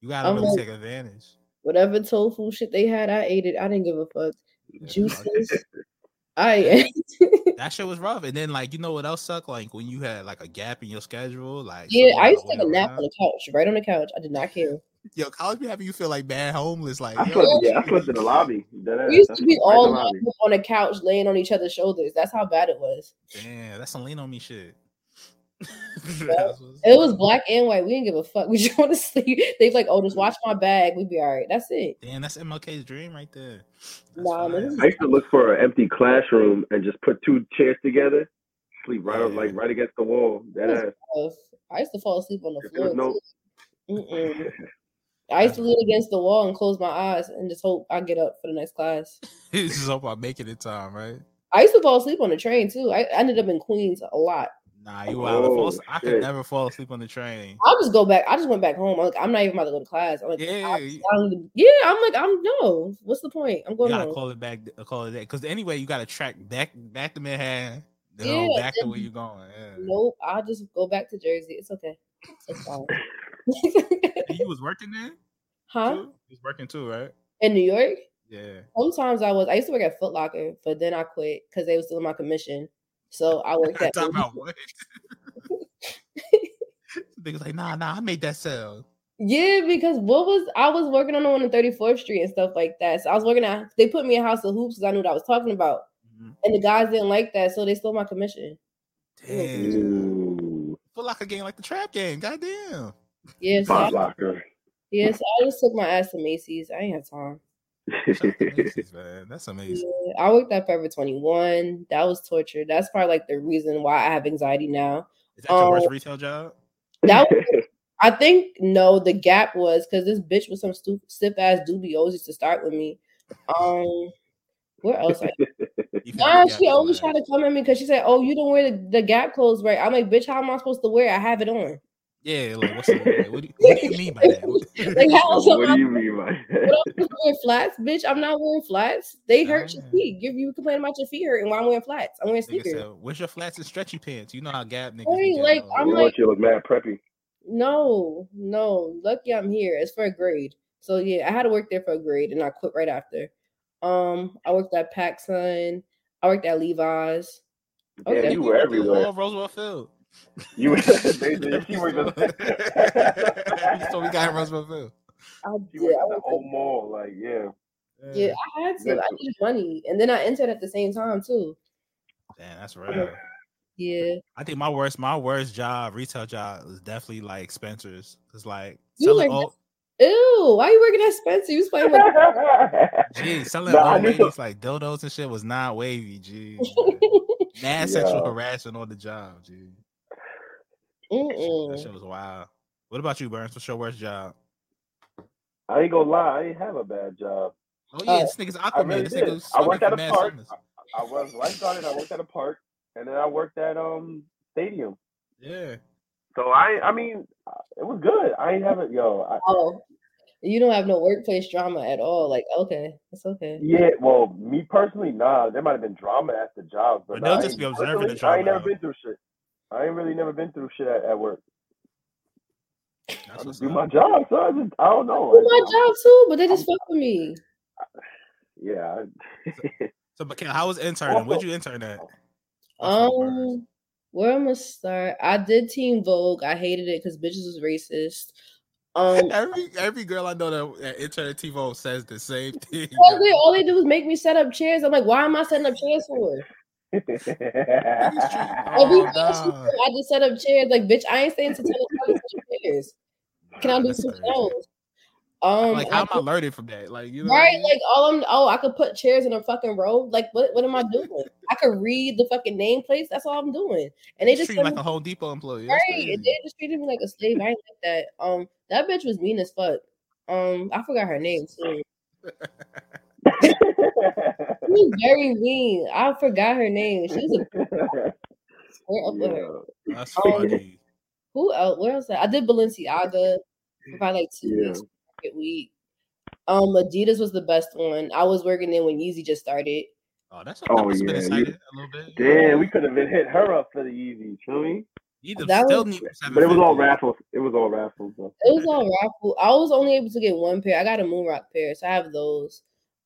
[SPEAKER 2] you gotta
[SPEAKER 3] I'm
[SPEAKER 2] really
[SPEAKER 3] like-
[SPEAKER 2] take advantage.
[SPEAKER 3] Whatever tofu shit they had, I ate it. I didn't give a fuck.
[SPEAKER 2] Yeah, fuck
[SPEAKER 3] Juices.
[SPEAKER 2] it.
[SPEAKER 3] I
[SPEAKER 2] that shit was rough. And then like you know what else sucked? Like when you had like a gap in your schedule, like so
[SPEAKER 3] Yeah,
[SPEAKER 2] you
[SPEAKER 3] I
[SPEAKER 2] gotta
[SPEAKER 3] used to take a
[SPEAKER 2] wait
[SPEAKER 3] nap on
[SPEAKER 2] around.
[SPEAKER 3] the couch, right on the couch. I did not care.
[SPEAKER 2] Yo, college be having you feel like bad homeless. Like
[SPEAKER 4] I
[SPEAKER 2] yo,
[SPEAKER 4] slept, yeah, I slept in the lobby. Dead ass.
[SPEAKER 3] We used
[SPEAKER 4] I
[SPEAKER 3] to be
[SPEAKER 4] slept right in
[SPEAKER 3] all
[SPEAKER 4] the
[SPEAKER 3] lined
[SPEAKER 4] lobby.
[SPEAKER 3] up on a couch, laying on each other's shoulders. That's how bad it was.
[SPEAKER 2] Damn, that's some lean on me shit.
[SPEAKER 3] It was black and white. We didn't give a fuck. We just want to sleep. They'd be like, "Oh, just watch my bag. We'd be all right." That's it.
[SPEAKER 2] Damn, that's MLK's dream right there. That's
[SPEAKER 3] Nah, man,
[SPEAKER 2] fire.
[SPEAKER 3] this is-
[SPEAKER 4] I used to look for an empty classroom and just put two chairs together, sleep right up,
[SPEAKER 2] Yeah.
[SPEAKER 4] like right against the wall. Dead ass.
[SPEAKER 3] Ugh. I used to fall asleep on the
[SPEAKER 4] If there's
[SPEAKER 3] floor.
[SPEAKER 4] no,
[SPEAKER 3] too. Mm-mm. I used to lean against the wall and close my eyes and just hope I get up for the next class.
[SPEAKER 2] It's just hope I make it in time, right?
[SPEAKER 3] I used to fall asleep on the train too. I, I ended up in Queens a lot.
[SPEAKER 2] Nah, you wild. Fall
[SPEAKER 4] Oh,
[SPEAKER 2] as- I
[SPEAKER 4] shit.
[SPEAKER 2] could never fall asleep on the train.
[SPEAKER 3] I'll just go back. I just went back home. I'm like, I'm not even about to go to class. I'm like,
[SPEAKER 2] Yeah, you
[SPEAKER 3] I don't even- yeah. I'm like, I'm no. What's the point? I'm
[SPEAKER 2] you
[SPEAKER 3] going
[SPEAKER 2] gotta
[SPEAKER 3] home.
[SPEAKER 2] call it back. Call it that because anyway, you gotta track back back to Manhattan, then
[SPEAKER 3] Yeah,
[SPEAKER 2] go back to
[SPEAKER 3] then-
[SPEAKER 2] where you're going. Yeah.
[SPEAKER 3] Nope, I'll just go back to Jersey. It's okay. It's fine.
[SPEAKER 2] And you was working there.
[SPEAKER 3] huh?
[SPEAKER 2] too? He's working too, right?
[SPEAKER 3] In New York?
[SPEAKER 2] Yeah.
[SPEAKER 3] Sometimes I was. I used to work at Foot Locker, but then I quit because they was still in my commission. So I worked at.
[SPEAKER 2] Talking about what? Niggas like, nah, nah, I made that sell.
[SPEAKER 3] Yeah, because what was I was working on the one in 34th Street and stuff like that. So I was working at. They put me in House of Hoops because I knew what I was talking about,
[SPEAKER 2] Mhm.
[SPEAKER 3] and the guys didn't like that, so they stole my commission.
[SPEAKER 2] Damn.
[SPEAKER 4] ooh,
[SPEAKER 2] Foot Locker game like the trap game. Goddamn.
[SPEAKER 3] Yeah, so I,
[SPEAKER 4] Foot Locker.
[SPEAKER 3] yeah, so I just took my ass to Macy's. I ain't have time.
[SPEAKER 2] Shout out to Macy's, man. That's amazing.
[SPEAKER 3] Yeah, I worked at Forever 21. That was torture. That's probably like the reason why I have anxiety now.
[SPEAKER 2] Is that your
[SPEAKER 3] Oh.
[SPEAKER 2] worst retail job?
[SPEAKER 3] That was, I think no, the gap was because this bitch was some stu- stiff ass doobie always used to start with me. Um, where else? I-
[SPEAKER 2] You
[SPEAKER 3] Nah,
[SPEAKER 2] found the
[SPEAKER 3] she
[SPEAKER 2] gap
[SPEAKER 3] always
[SPEAKER 2] in
[SPEAKER 3] tried
[SPEAKER 2] that.
[SPEAKER 3] to come at me because she said, "Oh, you don't wear the, the gap clothes right." I'm like, "Bitch, how am I supposed to wear? it? I have it on."
[SPEAKER 2] Yeah, like what's the, like, what, do you, what do you mean by that?
[SPEAKER 3] Like how?
[SPEAKER 4] Yo,
[SPEAKER 3] so
[SPEAKER 4] what
[SPEAKER 3] I'm-
[SPEAKER 4] do you mean by
[SPEAKER 3] What
[SPEAKER 4] that?
[SPEAKER 3] I'm supposed to wear flats, bitch. I'm not wearing flats. They hurt your
[SPEAKER 2] Ah.
[SPEAKER 3] feet. You, you complain about your feet hurting while I'm wearing flats. I'm wearing
[SPEAKER 2] Nigga
[SPEAKER 3] sneakers.
[SPEAKER 2] said, "Where's your flats and stretchy pants?" You know how Gap niggas.
[SPEAKER 3] Right,
[SPEAKER 2] be getting
[SPEAKER 3] like,
[SPEAKER 2] on.
[SPEAKER 3] I'm
[SPEAKER 4] they
[SPEAKER 3] like-
[SPEAKER 4] want you to look mad preppy.
[SPEAKER 3] No, no. Lucky I'm here. It's for a grade. So yeah, I had to work there for a grade, and I quit right after. Um, I worked at PacSun. I worked at Levi's.
[SPEAKER 4] Damn,
[SPEAKER 3] Okay.
[SPEAKER 4] you were everywhere.
[SPEAKER 2] All Roosevelt Field.
[SPEAKER 4] You were basically you were just.
[SPEAKER 2] so we got in Roosevelt Field.
[SPEAKER 3] I
[SPEAKER 4] You were
[SPEAKER 3] did. I
[SPEAKER 4] at the
[SPEAKER 3] worked
[SPEAKER 4] whole mall, like yeah.
[SPEAKER 3] at- yeah, I had to. I
[SPEAKER 4] That's-
[SPEAKER 3] needed money, and then I entered at the same time too.
[SPEAKER 2] Damn, that's real.
[SPEAKER 3] Yeah,
[SPEAKER 2] I think my worst, my worst job, retail job, was definitely like Spencer's. Cause like
[SPEAKER 3] You
[SPEAKER 2] selling
[SPEAKER 3] like-
[SPEAKER 2] old,
[SPEAKER 3] ew. Why you working at Spencer? You was playing with.
[SPEAKER 2] geez, selling
[SPEAKER 4] Nah, I
[SPEAKER 2] old
[SPEAKER 4] knew
[SPEAKER 2] ladies like dildos and shit was not wavy. Gee, mad sexual
[SPEAKER 4] Yeah.
[SPEAKER 2] harassment on the job. Gee, that
[SPEAKER 3] Mm-mm.
[SPEAKER 2] shit was wild. What about you, Burns? What's your worst job?
[SPEAKER 4] I ain't gonna lie, I didn't have a bad job.
[SPEAKER 2] Oh yeah,
[SPEAKER 3] Uh,
[SPEAKER 2] this nigga's Aquaman.
[SPEAKER 4] I really
[SPEAKER 2] this
[SPEAKER 4] did.
[SPEAKER 2] nigga was
[SPEAKER 4] I worked
[SPEAKER 2] Aquaman
[SPEAKER 4] at a
[SPEAKER 2] mad
[SPEAKER 4] park.
[SPEAKER 2] summers.
[SPEAKER 4] I was lifeguarding. I worked at a park, and then I worked at um stadium.
[SPEAKER 2] Yeah,
[SPEAKER 4] So I, I mean, uh, it was good. I ain't have it, yo. I,
[SPEAKER 3] Oh, you don't have no workplace drama at all. Like, okay, it's okay.
[SPEAKER 4] yeah, well, me personally, nah. There might have been drama at the job, but
[SPEAKER 2] But
[SPEAKER 4] nah,
[SPEAKER 2] they'll
[SPEAKER 4] I
[SPEAKER 2] just
[SPEAKER 4] ain't-
[SPEAKER 2] be observing
[SPEAKER 4] personally,
[SPEAKER 2] the
[SPEAKER 4] I ain't
[SPEAKER 2] drama,
[SPEAKER 4] never been through shit. I ain't really never been through shit at, at work. I
[SPEAKER 2] that's
[SPEAKER 4] just
[SPEAKER 2] what's
[SPEAKER 4] do
[SPEAKER 2] up.
[SPEAKER 4] my job, so I just, I don't know.
[SPEAKER 3] Do my job too, but they just fuck with me.
[SPEAKER 4] Yeah. I-
[SPEAKER 2] So, but Ken, how was interning? Where'd you intern at? That's what it was.
[SPEAKER 3] Um, where I'm gonna start? I did Team Vogue. I hated it because bitches was racist. Um,
[SPEAKER 2] Every every girl I know that, that interned at TiVo says the same thing.
[SPEAKER 3] all they, all they do is make me set up chairs. I'm like, why am I setting up chairs for? Every
[SPEAKER 2] Oh,
[SPEAKER 3] time she
[SPEAKER 2] nah.
[SPEAKER 3] said, I just set up chairs. Like, bitch, I ain't staying to ten o'clock to set up chairs. Can I do
[SPEAKER 2] That's
[SPEAKER 3] some
[SPEAKER 2] crazy.
[SPEAKER 3] shows? Um,
[SPEAKER 2] Like, how am
[SPEAKER 3] I-
[SPEAKER 2] I learning from that? Like, you know, what I
[SPEAKER 3] right?
[SPEAKER 2] mean?
[SPEAKER 3] Like, all I'm oh, I could put chairs in a fucking row. Like, what? What am I doing? I could read the fucking name plates. That's all I'm doing. And they
[SPEAKER 2] You
[SPEAKER 3] just
[SPEAKER 2] treat
[SPEAKER 3] send
[SPEAKER 2] like
[SPEAKER 3] me-
[SPEAKER 2] a Home Depot employee. That's
[SPEAKER 3] Right.
[SPEAKER 2] crazy.
[SPEAKER 3] And they just treated me like a slave. I ain't like that. Um, that bitch was mean as fuck. Um, I forgot her name too. She was very mean. I forgot her name. She was a square up with her.
[SPEAKER 4] Yeah.
[SPEAKER 2] That's
[SPEAKER 3] Oh.
[SPEAKER 2] funny.
[SPEAKER 3] Who else? Where else? I did Balenciaga for probably like two
[SPEAKER 4] Yeah.
[SPEAKER 3] weeks, a week. Um, Adidas was the best one. I was working there when Yeezy just started.
[SPEAKER 2] Oh, that's
[SPEAKER 4] Oh,
[SPEAKER 2] oh, yeah, been
[SPEAKER 4] yeah, you-
[SPEAKER 2] excited a little bit.
[SPEAKER 4] Damn, we could have been hit her up for the easy, feel me?
[SPEAKER 2] Either
[SPEAKER 3] That
[SPEAKER 2] still
[SPEAKER 3] was-
[SPEAKER 2] need
[SPEAKER 4] But it was all
[SPEAKER 2] 750.
[SPEAKER 4] raffles. It was all raffles. Though.
[SPEAKER 3] It was all raffle. I was only able to get one pair. I got a moon rock pair, so I have those.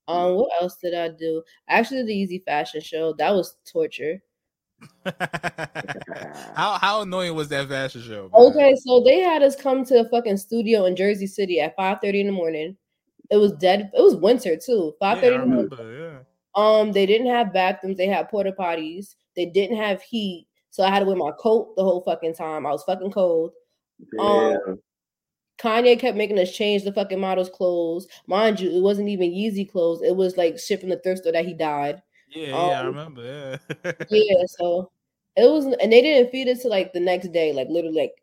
[SPEAKER 3] Um, what else did I do? Actually, the Yeezy fashion show that was torture.
[SPEAKER 2] how how annoying was that fashion show? man?
[SPEAKER 3] Okay, so they had us come to a fucking studio in Jersey City at five thirty in the morning. It was dead. It was winter too.
[SPEAKER 2] yeah,
[SPEAKER 3] Five
[SPEAKER 2] I
[SPEAKER 3] thirty. in the morning.
[SPEAKER 2] remember.
[SPEAKER 3] um, they didn't have bathrooms. They had porta potties. They didn't have heat, so I had to wear my coat the whole fucking time. I was fucking cold. Oh.
[SPEAKER 4] Yeah.
[SPEAKER 3] Kanye kept making us change the fucking model's clothes. Mind you, it wasn't even Yeezy clothes. It was like shit from the thrift store that he died.
[SPEAKER 2] Yeah, yeah, yeah, I
[SPEAKER 3] Um,
[SPEAKER 2] remember. Yeah.
[SPEAKER 3] Yeah, so it was, and they didn't feed us to like the next day, like literally like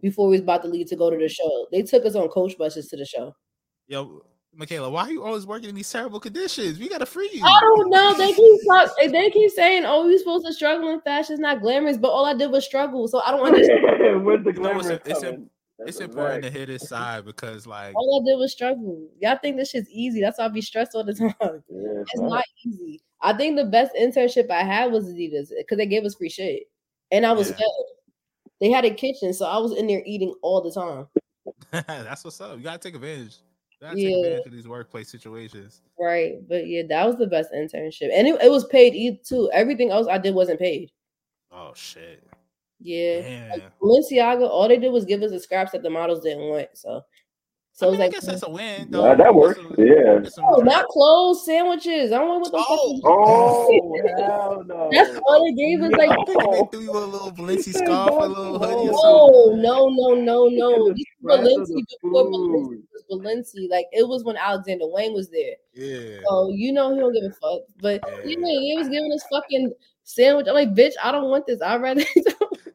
[SPEAKER 3] before we was about to leave to go to the show. They took us on coach buses to the show.
[SPEAKER 2] Yo, Michaela, why are you always working in these terrible conditions? We gotta free you.
[SPEAKER 3] I don't know. Oh, They keep talk, they keep saying, "Oh, you supposed to struggle in fashion, it's not glamorous." But all I did was struggle, so I don't understand.
[SPEAKER 4] Where's the
[SPEAKER 2] You know,
[SPEAKER 4] glamour
[SPEAKER 2] it's- it's a-
[SPEAKER 4] coming? That's
[SPEAKER 2] it's
[SPEAKER 4] a
[SPEAKER 2] important to
[SPEAKER 4] fact.
[SPEAKER 2] hear this side because like
[SPEAKER 3] All I did was struggle. Y'all think this shit's easy? That's why I be stressed all the time.
[SPEAKER 4] Yeah,
[SPEAKER 3] It's
[SPEAKER 4] fact.
[SPEAKER 3] not easy. I think the best internship I had was Adidas because they gave us free shit, and I was
[SPEAKER 2] Yeah.
[SPEAKER 3] fed. They had a kitchen, so I was in there eating all the time.
[SPEAKER 2] that's what's up. You gotta take advantage. You gotta
[SPEAKER 3] Yeah.
[SPEAKER 2] take advantage of these workplace situations.
[SPEAKER 3] Right, but yeah, that was the best internship, and it, it was paid e- too. Everything else I did wasn't paid.
[SPEAKER 2] Oh shit.
[SPEAKER 3] Yeah.
[SPEAKER 2] Damn.
[SPEAKER 3] Balenciaga, all they did was give us the scraps that the models didn't want. So, so
[SPEAKER 2] I,
[SPEAKER 3] it
[SPEAKER 2] mean,
[SPEAKER 3] was
[SPEAKER 2] I
[SPEAKER 3] like,
[SPEAKER 2] guess that's a win though.
[SPEAKER 4] Nah, that works.
[SPEAKER 2] That's a-
[SPEAKER 4] Yeah.
[SPEAKER 2] that's a-
[SPEAKER 3] oh, not clothes, sandwiches. I don't know what the
[SPEAKER 2] Oh,
[SPEAKER 3] fuck.
[SPEAKER 4] Oh, hell no.
[SPEAKER 3] That's all they gave us.
[SPEAKER 2] I
[SPEAKER 3] Like,
[SPEAKER 2] think they threw you a little Balenci scarf, a little hoodie or
[SPEAKER 4] Oh.
[SPEAKER 2] something.
[SPEAKER 3] no, no, no, no, no.
[SPEAKER 4] Look at the
[SPEAKER 3] These
[SPEAKER 4] price of
[SPEAKER 3] Balenci
[SPEAKER 4] the
[SPEAKER 3] before
[SPEAKER 4] food.
[SPEAKER 3] Balenci was Balenci. Like it was when Alexander Wayne was there.
[SPEAKER 2] Yeah.
[SPEAKER 3] So you know he don't give a fuck. But you know, he was giving us fucking sandwich. I'm like, bitch, I don't want this. I rather.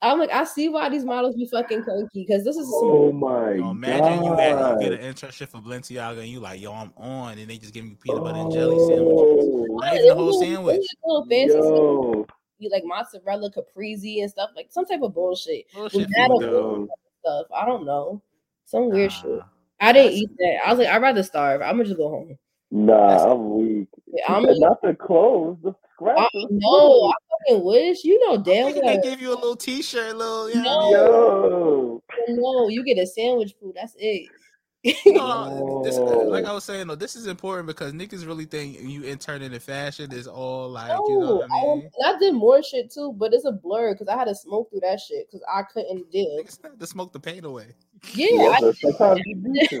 [SPEAKER 3] I'm like, I see why these models be fucking cranky because this is
[SPEAKER 4] Oh my
[SPEAKER 2] Yo, imagine you at, you
[SPEAKER 4] god.
[SPEAKER 2] get an internship for Balenciaga and you like, yo, I'm on, and they just giving you peanut butter and jelly sandwiches.
[SPEAKER 4] Oh,
[SPEAKER 2] Not even the whole sandwich.
[SPEAKER 3] Little fancy stuff.
[SPEAKER 4] Yo,
[SPEAKER 3] You like mozzarella, caprese, and stuff like some type of bullshit.
[SPEAKER 2] Bullshit
[SPEAKER 3] That
[SPEAKER 2] food.
[SPEAKER 3] don't-
[SPEAKER 4] yo.
[SPEAKER 3] Stuff I don't know, some weird shit.
[SPEAKER 2] Nah.
[SPEAKER 3] I didn't eat that. I was like, I'd rather starve. I'm gonna just go home.
[SPEAKER 4] Nah, I'm weak.
[SPEAKER 3] Yeah,
[SPEAKER 4] i
[SPEAKER 3] I'm gonna,
[SPEAKER 4] Not the clothes, the
[SPEAKER 3] I
[SPEAKER 4] scratches.
[SPEAKER 3] know. I fucking wish. You know damn
[SPEAKER 2] Nigga,
[SPEAKER 3] well.
[SPEAKER 2] They give you a little T-shirt, little. You know,
[SPEAKER 3] No.
[SPEAKER 4] Yo.
[SPEAKER 3] No, you get a sandwich food. That's it.
[SPEAKER 2] No, this,
[SPEAKER 4] No.
[SPEAKER 2] like I was saying, though, this is important because niggas really think you intern into fashion is all like, you know
[SPEAKER 3] No,
[SPEAKER 2] what
[SPEAKER 3] I,
[SPEAKER 2] I mean?
[SPEAKER 3] don't- and I did more shit too, but it's a blur because I had to smoke through that shit because I couldn't deal.
[SPEAKER 2] Niggas have to smoke the pain away.
[SPEAKER 3] Yeah, I,
[SPEAKER 4] Yo, sometimes you need to.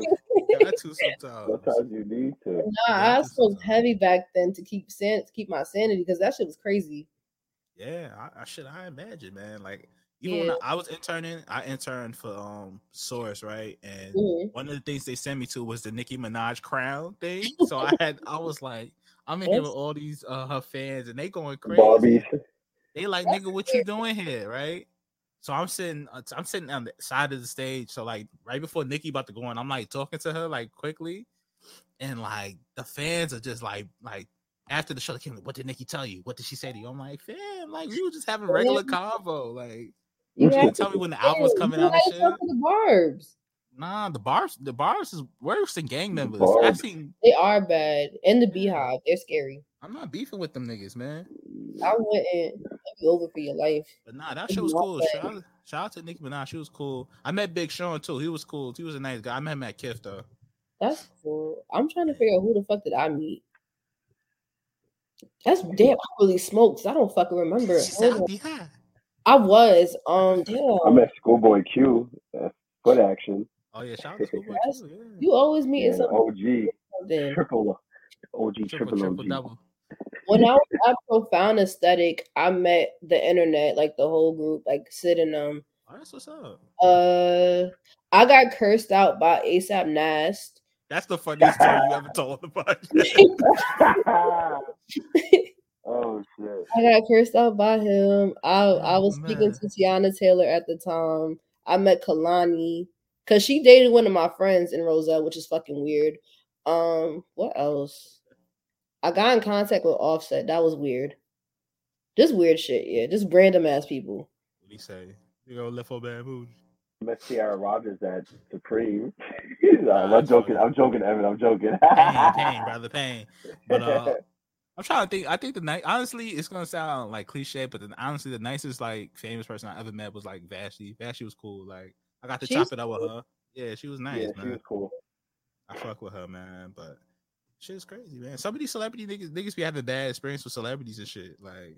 [SPEAKER 2] I too sometimes.
[SPEAKER 4] Sometimes you need to.
[SPEAKER 3] nah, I smoked heavy back then to keep san- to keep my sanity because that shit was crazy.
[SPEAKER 2] Yeah, I, I should. I imagine, man. Like even when
[SPEAKER 3] Yeah.
[SPEAKER 2] I, I was interning, I interned for um Source, right? And
[SPEAKER 3] Mhm.
[SPEAKER 2] one of the things they sent me to was the Nicki Minaj crown thing. So I had, I was like, I'm in here with all these uh her fans, and they going crazy.
[SPEAKER 4] Bobby's.
[SPEAKER 2] They like, nigga, what you doing here, right? So I'm sitting, uh, I'm sitting on the side of the stage. So like, right before Nikki about to go on, I'm like talking to her like quickly, and like the fans are just like, like after the show, they came, what did Nikki tell you? What did she say to you? I'm like, fam, like we were just having regular convo. Like,
[SPEAKER 3] You
[SPEAKER 2] you didn't
[SPEAKER 3] had
[SPEAKER 2] tell me when the album was coming
[SPEAKER 3] you
[SPEAKER 2] out
[SPEAKER 3] had
[SPEAKER 2] and
[SPEAKER 3] to
[SPEAKER 2] shit.
[SPEAKER 3] talk to the barbs.
[SPEAKER 2] Nah, the bars, the bars is worse than gang members. I've
[SPEAKER 4] Bars.
[SPEAKER 2] seen.
[SPEAKER 3] They are bad, and the beehive, they're scary.
[SPEAKER 2] I'm not beefing with them niggas, man.
[SPEAKER 3] I wouldn't. It'd be over for your life.
[SPEAKER 2] But nah, that
[SPEAKER 3] If
[SPEAKER 2] shit
[SPEAKER 3] you
[SPEAKER 2] was
[SPEAKER 3] want
[SPEAKER 2] cool.
[SPEAKER 3] that.
[SPEAKER 2] Shout out, shout out to Nicki Minaj. She was cool. I met Big Sean too. He was cool. He was a nice guy. I met him at Kiff though.
[SPEAKER 3] That's cool. I'm trying to figure out who the fuck did I meet. That's damn. I really smoked. 'cause I don't fucking remember.
[SPEAKER 2] She said,
[SPEAKER 3] Hold
[SPEAKER 2] I'll
[SPEAKER 3] on.
[SPEAKER 2] be high.
[SPEAKER 3] I was. Um. Damn.
[SPEAKER 4] I'm at Schoolboy Q. uh, Foot action.
[SPEAKER 2] Oh yeah, shout out to Schoolboy
[SPEAKER 3] That's-
[SPEAKER 2] Q. Yeah.
[SPEAKER 3] You always meet
[SPEAKER 4] And
[SPEAKER 3] something.
[SPEAKER 4] OG.
[SPEAKER 3] then.
[SPEAKER 4] Triple. OG
[SPEAKER 2] Triple,
[SPEAKER 4] triple
[SPEAKER 2] triple,
[SPEAKER 4] OG.
[SPEAKER 2] double.
[SPEAKER 3] When I was at Profound Aesthetic, I met the internet, like the whole group, like Sid and um.
[SPEAKER 2] Oh, that's what's up.
[SPEAKER 3] Uh, I got cursed out by ASAP Nast.
[SPEAKER 2] That's the funniest story you ever told about.
[SPEAKER 4] oh shit.
[SPEAKER 3] I got cursed out by him. I I
[SPEAKER 2] Oh,
[SPEAKER 3] was speaking
[SPEAKER 2] man.
[SPEAKER 3] to Tiana Taylor at the time. I met Kalani because she dated one of my friends in Roselle, which is fucking weird. Um, what else? I got in contact with Offset. That was weird. Just weird shit, yeah. Just random ass people.
[SPEAKER 2] what he say? You gonna lift for bad mood.
[SPEAKER 4] Met Sierra Rogers at Supreme. Nah, I'm joking. I'm joking, Evan. I'm joking.
[SPEAKER 2] Pain, pain, brother, pain. But uh, I'm trying to think. I think the night, honestly, it's gonna sound like cliche, but then honestly, the nicest like famous person I ever met was like Vashti. Vashti was cool. Like I got to
[SPEAKER 3] She
[SPEAKER 2] chop
[SPEAKER 3] was
[SPEAKER 2] it up with her. Yeah, she was nice,
[SPEAKER 4] yeah, she
[SPEAKER 2] man.
[SPEAKER 4] was cool.
[SPEAKER 2] I fuck with her, man. But shit is crazy, man. Some of these celebrity niggas, niggas be having bad experience with celebrities and shit. Like,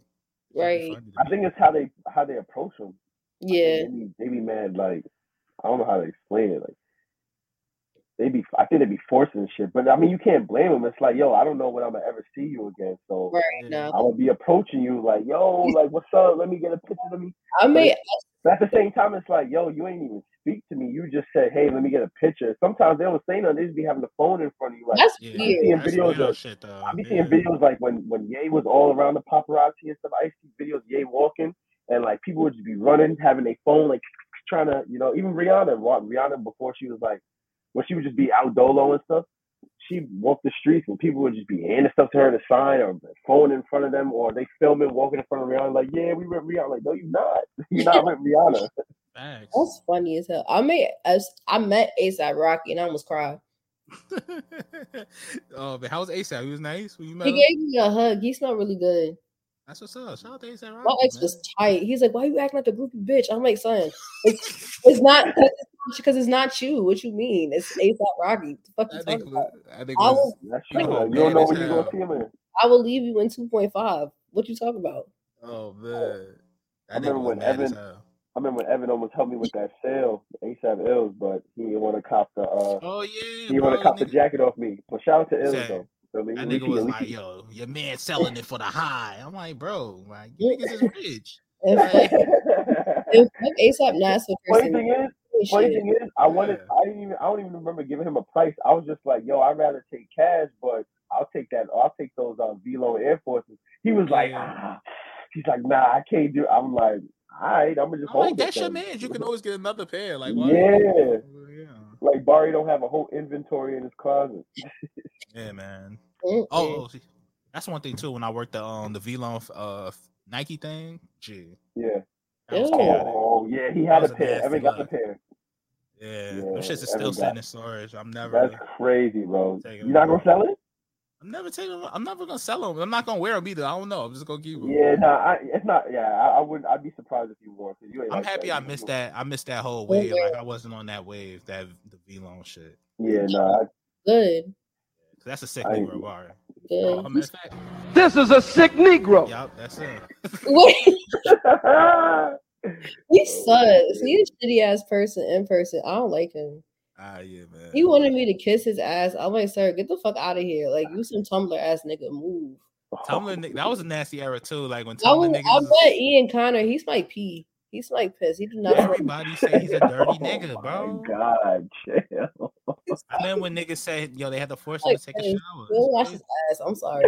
[SPEAKER 2] it's
[SPEAKER 3] Right.
[SPEAKER 2] funny to
[SPEAKER 4] I
[SPEAKER 2] me.
[SPEAKER 4] think it's how they how they approach them.
[SPEAKER 3] Yeah.
[SPEAKER 4] They be, they be mad like I don't know how to explain it. Like they be I think they be forcing shit. But I mean you can't blame them. It's like yo I don't know when I'm gonna ever see you again. So
[SPEAKER 3] Right
[SPEAKER 2] Yeah.
[SPEAKER 3] now.
[SPEAKER 4] I would be approaching you like yo like what's up? Let me get a picture. Let me.
[SPEAKER 3] I mean,
[SPEAKER 4] But at the same time it's like yo you ain't even speak to me. You just said hey let me get a picture. Sometimes they don't say nothing. They just be having the phone in front of you like.
[SPEAKER 3] that's
[SPEAKER 2] Yeah,
[SPEAKER 3] weird.
[SPEAKER 4] seeing
[SPEAKER 2] that's
[SPEAKER 4] videos
[SPEAKER 2] weirdo
[SPEAKER 4] of-
[SPEAKER 2] shit though.
[SPEAKER 4] I be
[SPEAKER 2] yeah.
[SPEAKER 4] seeing videos like when when Ye was all around the paparazzi and stuff. I used to see videos of Ye walking and like people would just be running, having their phone like trying to you know even Rihanna wa- Rihanna before she was like when she would just be out dolo and stuff. She walked the streets and people would just be handing stuff to her to sign or the phone in front of them or they filming walking in front of Rihanna like yeah we rip Rihanna like no you not you not rip Rihanna
[SPEAKER 2] Facts.
[SPEAKER 3] That's funny as hell. I met as I met ASAP Rocky and I almost cried.
[SPEAKER 2] oh, but how was ASAP? He was nice when you met
[SPEAKER 3] He
[SPEAKER 2] him.
[SPEAKER 3] gave me a hug. He smelled really good.
[SPEAKER 2] That's what's up. Shout out to ASAP.
[SPEAKER 3] My ex was tight. He's like, "Why you acting like a groupie bitch?" I'm like, "Son, it's, it's not because it's not you. What you mean? It's ASAP Rocky. What the
[SPEAKER 2] I
[SPEAKER 3] fuck you
[SPEAKER 2] think,
[SPEAKER 3] talking about?
[SPEAKER 2] I think
[SPEAKER 3] I
[SPEAKER 2] was,
[SPEAKER 3] will,
[SPEAKER 4] that's you
[SPEAKER 2] Oh,
[SPEAKER 4] like, you
[SPEAKER 2] man,
[SPEAKER 4] don't know
[SPEAKER 2] that's
[SPEAKER 4] when you gonna
[SPEAKER 2] how-
[SPEAKER 4] see him in.
[SPEAKER 3] I will leave you in 2.5. What you talking about?
[SPEAKER 2] oh man.
[SPEAKER 4] I
[SPEAKER 2] That nigga
[SPEAKER 4] remember
[SPEAKER 2] was
[SPEAKER 4] when
[SPEAKER 2] mad as
[SPEAKER 4] Evan-
[SPEAKER 2] hell.
[SPEAKER 4] I remember when Evan almost helped me with that sale ASAP Ills but he didn't want to cop the uh
[SPEAKER 2] Oh yeah,
[SPEAKER 4] He want
[SPEAKER 2] bro,
[SPEAKER 4] to cop the
[SPEAKER 2] nigga-
[SPEAKER 4] jacket off me. But shout out to Ills
[SPEAKER 2] Exactly.
[SPEAKER 4] though. I mean,
[SPEAKER 2] That
[SPEAKER 4] we
[SPEAKER 2] nigga
[SPEAKER 4] can-
[SPEAKER 2] was
[SPEAKER 4] we
[SPEAKER 2] like,
[SPEAKER 4] can-
[SPEAKER 2] "Yo, your man selling it for the high." I'm like, "Bro, like you niggas is rich."
[SPEAKER 3] And fuck, and fuck ASAP Nas for
[SPEAKER 4] Funny
[SPEAKER 3] cursing.
[SPEAKER 4] thing is, Funny
[SPEAKER 3] shit.
[SPEAKER 4] thing is, I wanted.
[SPEAKER 2] Yeah.
[SPEAKER 4] I didn't even. I don't even remember giving him a price. I was just like, "Yo, I'd rather take cash, but I'll take that. I'll take those uh, Velo Air Forces." He was like,
[SPEAKER 2] Yeah.
[SPEAKER 4] ah. "He's like, nah, I can't do." I'm like, "All right, I'm gonna
[SPEAKER 2] I'm
[SPEAKER 4] just hold
[SPEAKER 2] like
[SPEAKER 4] it
[SPEAKER 2] that's your
[SPEAKER 4] then."
[SPEAKER 2] man. You can always get another pair. Like why?
[SPEAKER 4] Yeah.
[SPEAKER 2] yeah,
[SPEAKER 4] Like Barry don't have a whole inventory in his closet.
[SPEAKER 2] yeah, man.
[SPEAKER 3] Mm-mm.
[SPEAKER 2] Oh, oh, see, that's one thing too. When I worked the um the V Long uh Nike thing, gee,
[SPEAKER 4] Yeah.
[SPEAKER 2] that was
[SPEAKER 3] Ew.
[SPEAKER 2] chaotic.
[SPEAKER 4] Oh yeah, he had
[SPEAKER 2] That was
[SPEAKER 4] a
[SPEAKER 2] a
[SPEAKER 4] pair.
[SPEAKER 2] nasty
[SPEAKER 4] Evan got a
[SPEAKER 2] look.
[SPEAKER 4] pair.
[SPEAKER 2] yeah,
[SPEAKER 4] Yeah,
[SPEAKER 2] them shits are still
[SPEAKER 4] everybody-
[SPEAKER 2] sitting in storage. I'm never,
[SPEAKER 4] That's crazy, bro.
[SPEAKER 2] Take it
[SPEAKER 4] You not
[SPEAKER 2] away.
[SPEAKER 4] gonna sell it?
[SPEAKER 2] I'm never taking. 'em- I'm never gonna sell them. I'm not gonna wear them either. I don't know. I'm just gonna keep them.
[SPEAKER 4] Yeah, nah, I, it's not. Yeah, I, I wouldn't. I'd be surprised if you wore. it, 'cause you ain't
[SPEAKER 2] I'm
[SPEAKER 4] like
[SPEAKER 2] happy I
[SPEAKER 4] You-
[SPEAKER 2] missed that. I missed that whole
[SPEAKER 3] Yeah.
[SPEAKER 2] wave. Like I wasn't on that wave. That the V Long shit.
[SPEAKER 4] Yeah, nah. I,
[SPEAKER 3] Good,
[SPEAKER 2] 'Cause That's a sick
[SPEAKER 4] I-
[SPEAKER 2] Negro bar.
[SPEAKER 3] good.
[SPEAKER 2] Oh, matter of fact,
[SPEAKER 1] This is a sick Negro.
[SPEAKER 2] yup, that's it.
[SPEAKER 3] Wait,
[SPEAKER 4] yeah,
[SPEAKER 3] he sucks. He's a shitty ass person in person. I don't like him.
[SPEAKER 2] Ah, yeah, man.
[SPEAKER 3] He wanted me to kiss his ass. I'm like, sir, get the fuck out of here. Like, you some Tumblr ass nigga. Move.
[SPEAKER 2] Tumblr, ni- that was a nasty era too. Like when
[SPEAKER 3] I,
[SPEAKER 2] Tumblr
[SPEAKER 3] would-
[SPEAKER 2] niggas,
[SPEAKER 3] I
[SPEAKER 2] was-
[SPEAKER 3] bet Ian Connor, he's my pee. He's like piss. He do not.
[SPEAKER 4] Yeah.
[SPEAKER 2] everybody say he's a dirty nigga, bro.
[SPEAKER 4] Oh my god, chill.
[SPEAKER 2] I mean, when niggas said, yo, they had to force him
[SPEAKER 3] Like,
[SPEAKER 2] to take a
[SPEAKER 3] hey,
[SPEAKER 2] shower.
[SPEAKER 3] Go wash
[SPEAKER 2] It's
[SPEAKER 3] his
[SPEAKER 2] crazy.
[SPEAKER 3] ass. I'm sorry.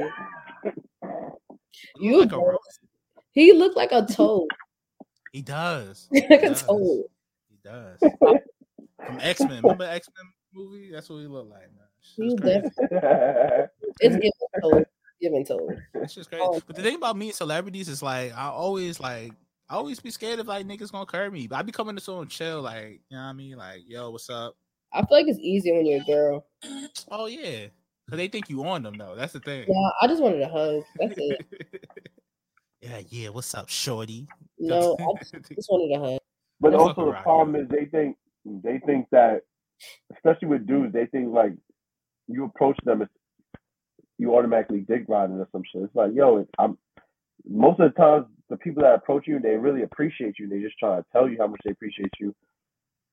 [SPEAKER 2] He
[SPEAKER 3] You
[SPEAKER 2] look like a
[SPEAKER 3] gross.
[SPEAKER 2] ro-
[SPEAKER 3] He looked like a toad.
[SPEAKER 2] He does. He
[SPEAKER 3] like a
[SPEAKER 2] does.
[SPEAKER 3] toad.
[SPEAKER 2] He does. From X Men. Remember X Men movie? That's what he looked like, man.
[SPEAKER 3] He
[SPEAKER 2] It's crazy.
[SPEAKER 3] It's given toad. Given toad.
[SPEAKER 2] It's just crazy.
[SPEAKER 3] Oh,
[SPEAKER 2] But the thing about me and celebrities is like I always like I always be scared of like niggas gonna curb me. But I be coming to someone chill, like, you know what I mean? Like, yo, what's up?
[SPEAKER 3] I feel like it's easier when you're a girl.
[SPEAKER 2] Oh yeah. Cause they think you on them though. That's the thing.
[SPEAKER 3] Nah, I just wanted a hug. That's it.
[SPEAKER 2] yeah, yeah, what's up, shorty?
[SPEAKER 3] No, I just wanted a hug.
[SPEAKER 4] but
[SPEAKER 2] That's
[SPEAKER 4] also
[SPEAKER 2] fucking
[SPEAKER 4] the
[SPEAKER 2] rock,
[SPEAKER 4] problem
[SPEAKER 2] man.
[SPEAKER 4] is they think they think that, especially with dudes, they think like you approach them, it's, you automatically dick riding or some shit. It's like, yo, it's, I'm. Most of the times, the people that approach you, they really appreciate you. They just trying to tell you how much they appreciate you,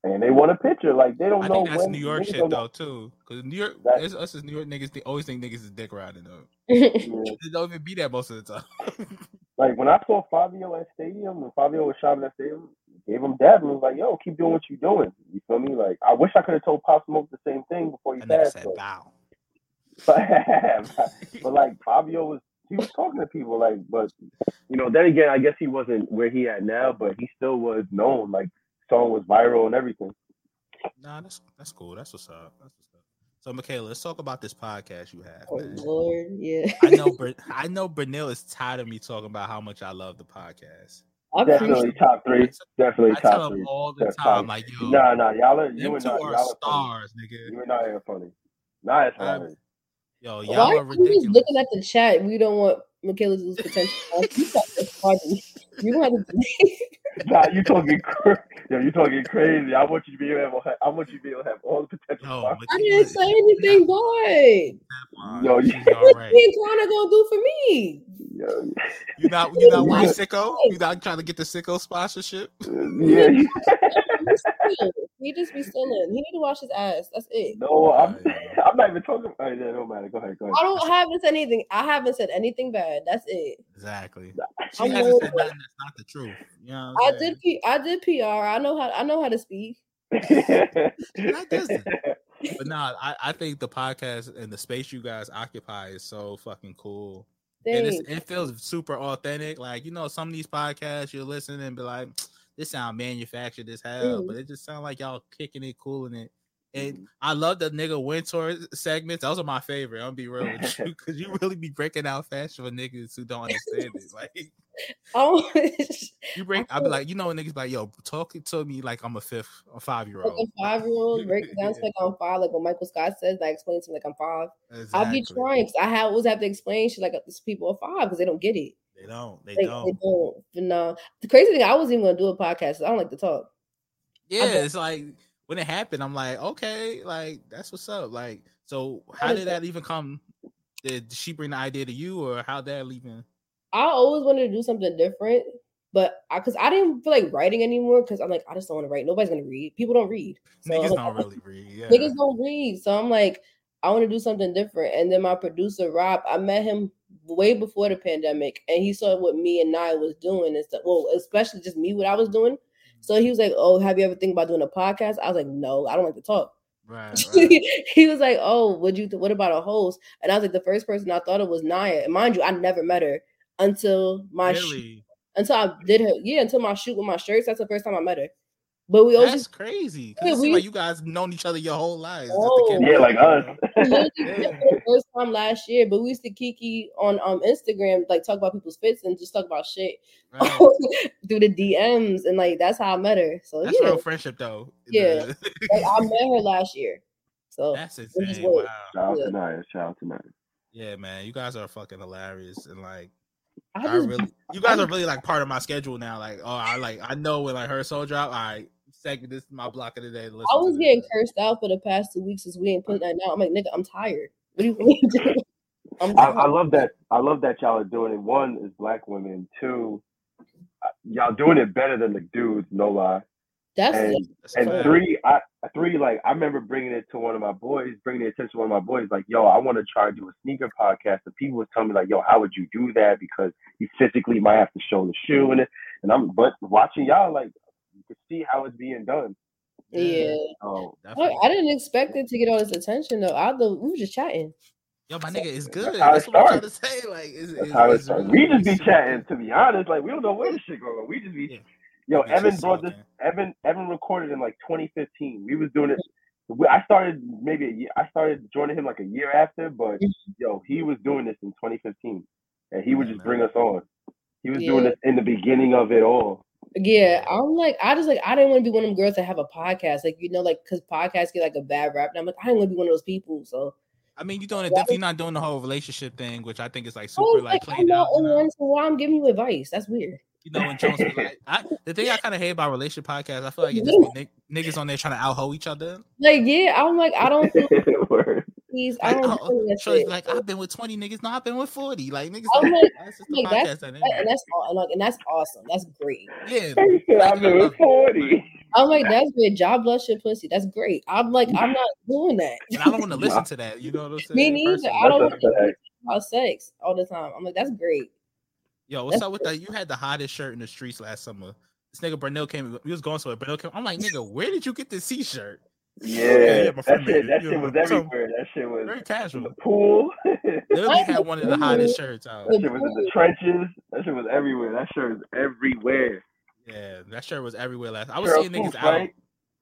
[SPEAKER 4] and they want a picture. Like they don't
[SPEAKER 2] I
[SPEAKER 4] know
[SPEAKER 2] think that's
[SPEAKER 4] when
[SPEAKER 2] New York
[SPEAKER 4] niggas
[SPEAKER 2] shit
[SPEAKER 4] don't
[SPEAKER 2] though
[SPEAKER 4] know-
[SPEAKER 2] too. Cause New York,
[SPEAKER 4] That-
[SPEAKER 2] it's us as New York niggas, they always think niggas is dick riding though.
[SPEAKER 4] Yeah.
[SPEAKER 2] It don't even be that most of the time.
[SPEAKER 4] Like when I saw Fabio at Stadium, when Fabio was shopping at Stadium, gave him dab and was like, "Yo, keep doing what you're doing." You feel me? Like I wish I could have told Pop Smoke the same thing before he
[SPEAKER 2] I never
[SPEAKER 4] passed.
[SPEAKER 2] said
[SPEAKER 4] but-
[SPEAKER 2] bow.
[SPEAKER 4] But, but like Fabio was, he was talking to people like, but you know, then again, I guess he wasn't where he at now, but he still was known. Like song was viral and everything.
[SPEAKER 2] Nah, that's that's cool. That's what's up. That's what's up. So Michaela, let's talk about this podcast you have.
[SPEAKER 3] Oh,
[SPEAKER 2] man.
[SPEAKER 3] Lord, yeah.
[SPEAKER 2] I know, Br- I know, Brunel is tired of me talking about how much I love the podcast.
[SPEAKER 3] I appreciate
[SPEAKER 4] Definitely top three. Definitely
[SPEAKER 2] I tell
[SPEAKER 4] top
[SPEAKER 2] him
[SPEAKER 4] three.
[SPEAKER 2] all the
[SPEAKER 4] That's
[SPEAKER 2] time,
[SPEAKER 4] fine.
[SPEAKER 2] like yo,
[SPEAKER 4] Nah, nah, y'all are you
[SPEAKER 2] them
[SPEAKER 4] and
[SPEAKER 2] two
[SPEAKER 4] not y'all
[SPEAKER 2] are
[SPEAKER 4] are funny.
[SPEAKER 2] stars, nigga.
[SPEAKER 4] You and I are funny. Nah, it's
[SPEAKER 2] I'm-
[SPEAKER 4] hilarious.
[SPEAKER 2] Yo,
[SPEAKER 3] Why are
[SPEAKER 2] y'all are
[SPEAKER 3] you just
[SPEAKER 2] ridiculous.
[SPEAKER 3] looking at the chat? We don't want Michaela to lose potential. You got this party. You want to
[SPEAKER 4] Nah, you talking cra- yo, you talking crazy. I want you to be able. To have, I want you to be able to have all the potential.
[SPEAKER 2] Yo,
[SPEAKER 4] Yo,
[SPEAKER 3] I
[SPEAKER 2] Michaela
[SPEAKER 3] didn't
[SPEAKER 2] is
[SPEAKER 3] say anything good.
[SPEAKER 2] fine.
[SPEAKER 4] Yo, you-
[SPEAKER 2] she's all
[SPEAKER 3] What
[SPEAKER 2] right.
[SPEAKER 3] Ian Connor gonna do for me?
[SPEAKER 4] yo,
[SPEAKER 2] You not you not
[SPEAKER 4] You
[SPEAKER 2] wearing
[SPEAKER 4] got-
[SPEAKER 2] sicko? You not trying to get the sicko sponsorship?
[SPEAKER 4] yeah. you-
[SPEAKER 3] He just be stealing. He need to wash his ass. That's it.
[SPEAKER 4] no, I'm. I'm not even talking. Oh, yeah, no matter. Go ahead. Go
[SPEAKER 3] I
[SPEAKER 4] ahead.
[SPEAKER 3] don't haven't said anything. I haven't said anything bad. That's it.
[SPEAKER 2] Exactly. She
[SPEAKER 3] I'm
[SPEAKER 2] hasn't said
[SPEAKER 3] old.
[SPEAKER 2] nothing that's not the truth. You know
[SPEAKER 3] I
[SPEAKER 2] what
[SPEAKER 3] did.
[SPEAKER 2] I'm saying?
[SPEAKER 3] P- I did PR. I know how. I know how to speak.
[SPEAKER 2] Not this. But nah, I, I think the podcast and the space you guys occupy is so fucking cool. And it's,
[SPEAKER 3] Thanks.
[SPEAKER 2] it feels super authentic. Like, you know, some of these podcasts you're listening and be like, this sound manufactured as hell,
[SPEAKER 3] Mm.
[SPEAKER 2] but it just sounds like y'all kicking it, cooling it.
[SPEAKER 3] Mm-hmm.
[SPEAKER 2] And I love the nigga winter segments. Those are my favorite. I'm gonna be real with you because you really be breaking out fast for niggas who don't understand it. Like
[SPEAKER 3] Oh,
[SPEAKER 2] you break, I'll be like, you know, when niggas be like, yo, talking to me like I'm a fifth, a five year
[SPEAKER 3] like
[SPEAKER 2] old.
[SPEAKER 3] a five year old break down like I'm five. Like what Michael Scott says. I explain to him like I'm five. I'll be trying. 'cause I have, always have to explain shit like uh, these people are five because they don't get it.
[SPEAKER 2] They don't. They
[SPEAKER 3] Like,
[SPEAKER 2] don't.
[SPEAKER 3] they don't. But no, the crazy thing, I wasn't even gonna do a podcast. 'cause I don't like to talk.
[SPEAKER 2] Yeah,
[SPEAKER 3] don't-
[SPEAKER 2] it's like when it happened, I'm like, okay, like that's what's up. Like, so how
[SPEAKER 3] is
[SPEAKER 2] did that even come? Did she bring the idea to you, or how that even?
[SPEAKER 3] I always wanted to do something different, but I because I didn't feel like writing anymore because I'm like, I just don't want to write. Nobody's gonna read. People don't read. So I'm
[SPEAKER 2] niggas
[SPEAKER 3] like,
[SPEAKER 2] don't really read. Yeah.
[SPEAKER 3] niggas don't read. So I'm like, I want to do something different. And then my producer Rob, I met him way before the pandemic, and he saw what me and I was doing and stuff. Well, especially just me, what I was doing.
[SPEAKER 2] Mm-hmm.
[SPEAKER 3] So he was like, "Oh, have you ever think about doing a podcast?" I was like, "No, I don't like to talk."
[SPEAKER 2] Right. right.
[SPEAKER 3] he was like, "Oh, would you? what about a host?" And I was like, "The first person I thought of was Naya, and mind you, I never met her until my sh-
[SPEAKER 2] Really?
[SPEAKER 3] until I did her yeah until my shoot with my shirts. That's the first time I met her. But we always
[SPEAKER 2] That's
[SPEAKER 3] just
[SPEAKER 2] crazy. 'cause
[SPEAKER 3] Yeah,
[SPEAKER 2] it seems
[SPEAKER 3] we-
[SPEAKER 2] like you guys known each other your whole lives. Just
[SPEAKER 3] Oh.
[SPEAKER 2] the kid-
[SPEAKER 4] Yeah, like us.
[SPEAKER 3] we literally met
[SPEAKER 2] Yeah.
[SPEAKER 3] for the first time last year, but we used to kiki on um Instagram, like talk about people's fits and just talk about shit
[SPEAKER 2] Right.
[SPEAKER 3] Oh, through the DMs, and like that's how I met her. So
[SPEAKER 2] That's
[SPEAKER 3] yeah,
[SPEAKER 2] real friendship, though.
[SPEAKER 3] Yeah. like, I met her last year. So
[SPEAKER 2] That's
[SPEAKER 3] is
[SPEAKER 2] insane.
[SPEAKER 3] what-
[SPEAKER 2] Wow.
[SPEAKER 4] Shout out
[SPEAKER 3] Yeah.
[SPEAKER 4] to Naya. Shout out to Naya.
[SPEAKER 2] Yeah, man, you guys are fucking hilarious, and like,
[SPEAKER 3] I
[SPEAKER 2] I,
[SPEAKER 3] just
[SPEAKER 2] really, you guys are really like part of my schedule now. Like, oh, I like, I know when like her soul drop, I segment this is my block of the day.
[SPEAKER 3] I was getting cursed out for the past two weeks since we ain't put that out. I'm like, nigga, I'm tired. What do you mean? I'm
[SPEAKER 4] I,
[SPEAKER 3] tired.
[SPEAKER 4] I love that. I love that y'all are doing it. One is black women. Two, uh, y'all doing it better than the dudes. No lie.
[SPEAKER 3] that's
[SPEAKER 4] And
[SPEAKER 2] That's a
[SPEAKER 4] and
[SPEAKER 2] fact.
[SPEAKER 4] three, I three like I remember bringing it to one of my boys, bringing the attention to one of my boys. Like, yo, I want to try to do a sneaker podcast. And people was telling me like, yo, how would you do that? Because you physically might have to show the shoe and it. And I'm but watching y'all like, you can see how it's being done.
[SPEAKER 3] yeah.
[SPEAKER 4] So
[SPEAKER 3] I,
[SPEAKER 2] Definitely.
[SPEAKER 3] I didn't expect it to get all this attention though. I thought we were just chatting.
[SPEAKER 2] Yo, my nigga is good.
[SPEAKER 4] That's how it
[SPEAKER 2] That's, what I'm trying to
[SPEAKER 4] starts.
[SPEAKER 2] say. Like, it's,
[SPEAKER 4] That's
[SPEAKER 2] it's,
[SPEAKER 4] how it
[SPEAKER 2] it's
[SPEAKER 4] starts.
[SPEAKER 2] really
[SPEAKER 4] We just be
[SPEAKER 2] super-
[SPEAKER 4] chatting, to be honest. Like we don't know where this shit going. We just be, yo.
[SPEAKER 2] It's
[SPEAKER 4] Evan
[SPEAKER 2] just
[SPEAKER 4] brought
[SPEAKER 2] so
[SPEAKER 4] this.
[SPEAKER 2] good.
[SPEAKER 4] Evan Evan recorded in like 2015. We was doing it. we- I started maybe a year. I started joining him like a year after, but
[SPEAKER 3] Mhm.
[SPEAKER 4] yo, he was doing this in 2015, and he would
[SPEAKER 2] Yeah,
[SPEAKER 4] just
[SPEAKER 2] man.
[SPEAKER 4] bring us on. He was
[SPEAKER 3] Yeah.
[SPEAKER 4] doing this in the beginning of it all.
[SPEAKER 3] Yeah, I'm like, I just like, I didn't want to be one of them girls that have a podcast, like you know, like because podcasts get like a bad rap, and I'm like, I didn't want to be one of those people. So
[SPEAKER 2] I mean, you're doing it.
[SPEAKER 3] Yeah.
[SPEAKER 2] Definitely not doing the whole relationship thing, which I think is like
[SPEAKER 3] I
[SPEAKER 2] super
[SPEAKER 3] was
[SPEAKER 2] like
[SPEAKER 3] like,
[SPEAKER 2] played
[SPEAKER 3] I'm not
[SPEAKER 2] out. You
[SPEAKER 3] in
[SPEAKER 2] know,
[SPEAKER 3] one, so why I'm giving you advice? That's weird.
[SPEAKER 2] you know when Jones was like, I, the thing I kind of hate about relationship podcasts, I feel like it just be ni- niggas on there trying to out each other.
[SPEAKER 3] Like, yeah, I'm like, I don't feel
[SPEAKER 4] Word.
[SPEAKER 3] pleased. I
[SPEAKER 2] Like,
[SPEAKER 3] don't
[SPEAKER 2] oh,
[SPEAKER 3] feel that
[SPEAKER 2] Shorty's
[SPEAKER 3] shit.
[SPEAKER 2] like, I've been with 20 niggas. No, I've been with 40. Like, niggas,
[SPEAKER 3] I'm
[SPEAKER 2] like,
[SPEAKER 3] like-
[SPEAKER 2] that's just the
[SPEAKER 3] like, that's-
[SPEAKER 2] podcast dynamic.
[SPEAKER 3] and that's all, and like, and that's awesome. That's great.
[SPEAKER 2] Yeah.
[SPEAKER 4] He said, I've been with 40.
[SPEAKER 3] I'm like, that's weird. Job bless your pussy. That's great. I'm like, I'm not doing that.
[SPEAKER 2] And I don't want to listen to that. You know what I'm saying?
[SPEAKER 3] Me neither.
[SPEAKER 2] Personally.
[SPEAKER 3] I don't
[SPEAKER 4] That's a fact.
[SPEAKER 3] About sex all the time. I'm like, that's great.
[SPEAKER 2] Yo, what's up with that? You had the hottest shirt in the streets last summer. This nigga Brunel came. We was going somewhere. Brunel came. I'm like, nigga, where did you get this t-shirt? Yeah,
[SPEAKER 4] Yeah,
[SPEAKER 2] yeah, my friend made
[SPEAKER 4] that shit.
[SPEAKER 2] it.
[SPEAKER 4] That
[SPEAKER 2] You
[SPEAKER 4] shit
[SPEAKER 2] know,
[SPEAKER 4] was
[SPEAKER 2] so-
[SPEAKER 4] everywhere. That shit was
[SPEAKER 2] Very casual.
[SPEAKER 4] the pool.
[SPEAKER 2] Literally
[SPEAKER 3] I-
[SPEAKER 2] had one of the hottest shirts out.
[SPEAKER 4] That shit was in the trenches. That shit was everywhere. That shirt was everywhere.
[SPEAKER 2] Yeah, that shirt was everywhere last. I was
[SPEAKER 4] Girl,
[SPEAKER 2] seeing niggas
[SPEAKER 4] poof,
[SPEAKER 2] out.
[SPEAKER 4] right?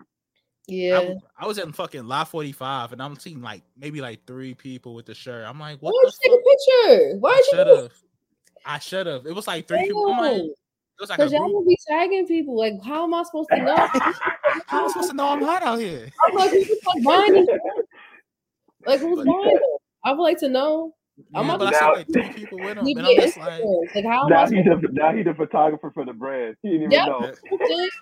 [SPEAKER 2] I,
[SPEAKER 3] Yeah.
[SPEAKER 2] was, I was in fucking lot 45, and I'm seeing like maybe like three people with the shirt. I'm like, what
[SPEAKER 3] Why don't
[SPEAKER 2] the
[SPEAKER 3] you take
[SPEAKER 2] fuck?
[SPEAKER 3] a picture? Why
[SPEAKER 2] I
[SPEAKER 3] don't you
[SPEAKER 2] should
[SPEAKER 3] do
[SPEAKER 2] have. I should have. It was like three people. I'm like,
[SPEAKER 3] that?
[SPEAKER 2] it was like a
[SPEAKER 3] Because y'all
[SPEAKER 2] group.
[SPEAKER 3] will be tagging people. Like, how am I supposed to know?
[SPEAKER 2] How am I supposed to know I'm hot out here?
[SPEAKER 3] I'm like, who's like buying these? Like, who's
[SPEAKER 2] But-
[SPEAKER 3] buying them? I would like to know. I'm
[SPEAKER 2] Yeah,
[SPEAKER 3] not
[SPEAKER 2] but I
[SPEAKER 4] gonna-
[SPEAKER 2] saw like three people with them,
[SPEAKER 3] You
[SPEAKER 2] and I'm
[SPEAKER 3] get
[SPEAKER 2] just like,
[SPEAKER 3] Instagrams. Like, how am I
[SPEAKER 4] now he's
[SPEAKER 3] supposed
[SPEAKER 4] the now he's the photographer for the brand. He didn't even
[SPEAKER 3] Yeah.
[SPEAKER 4] know.
[SPEAKER 3] to?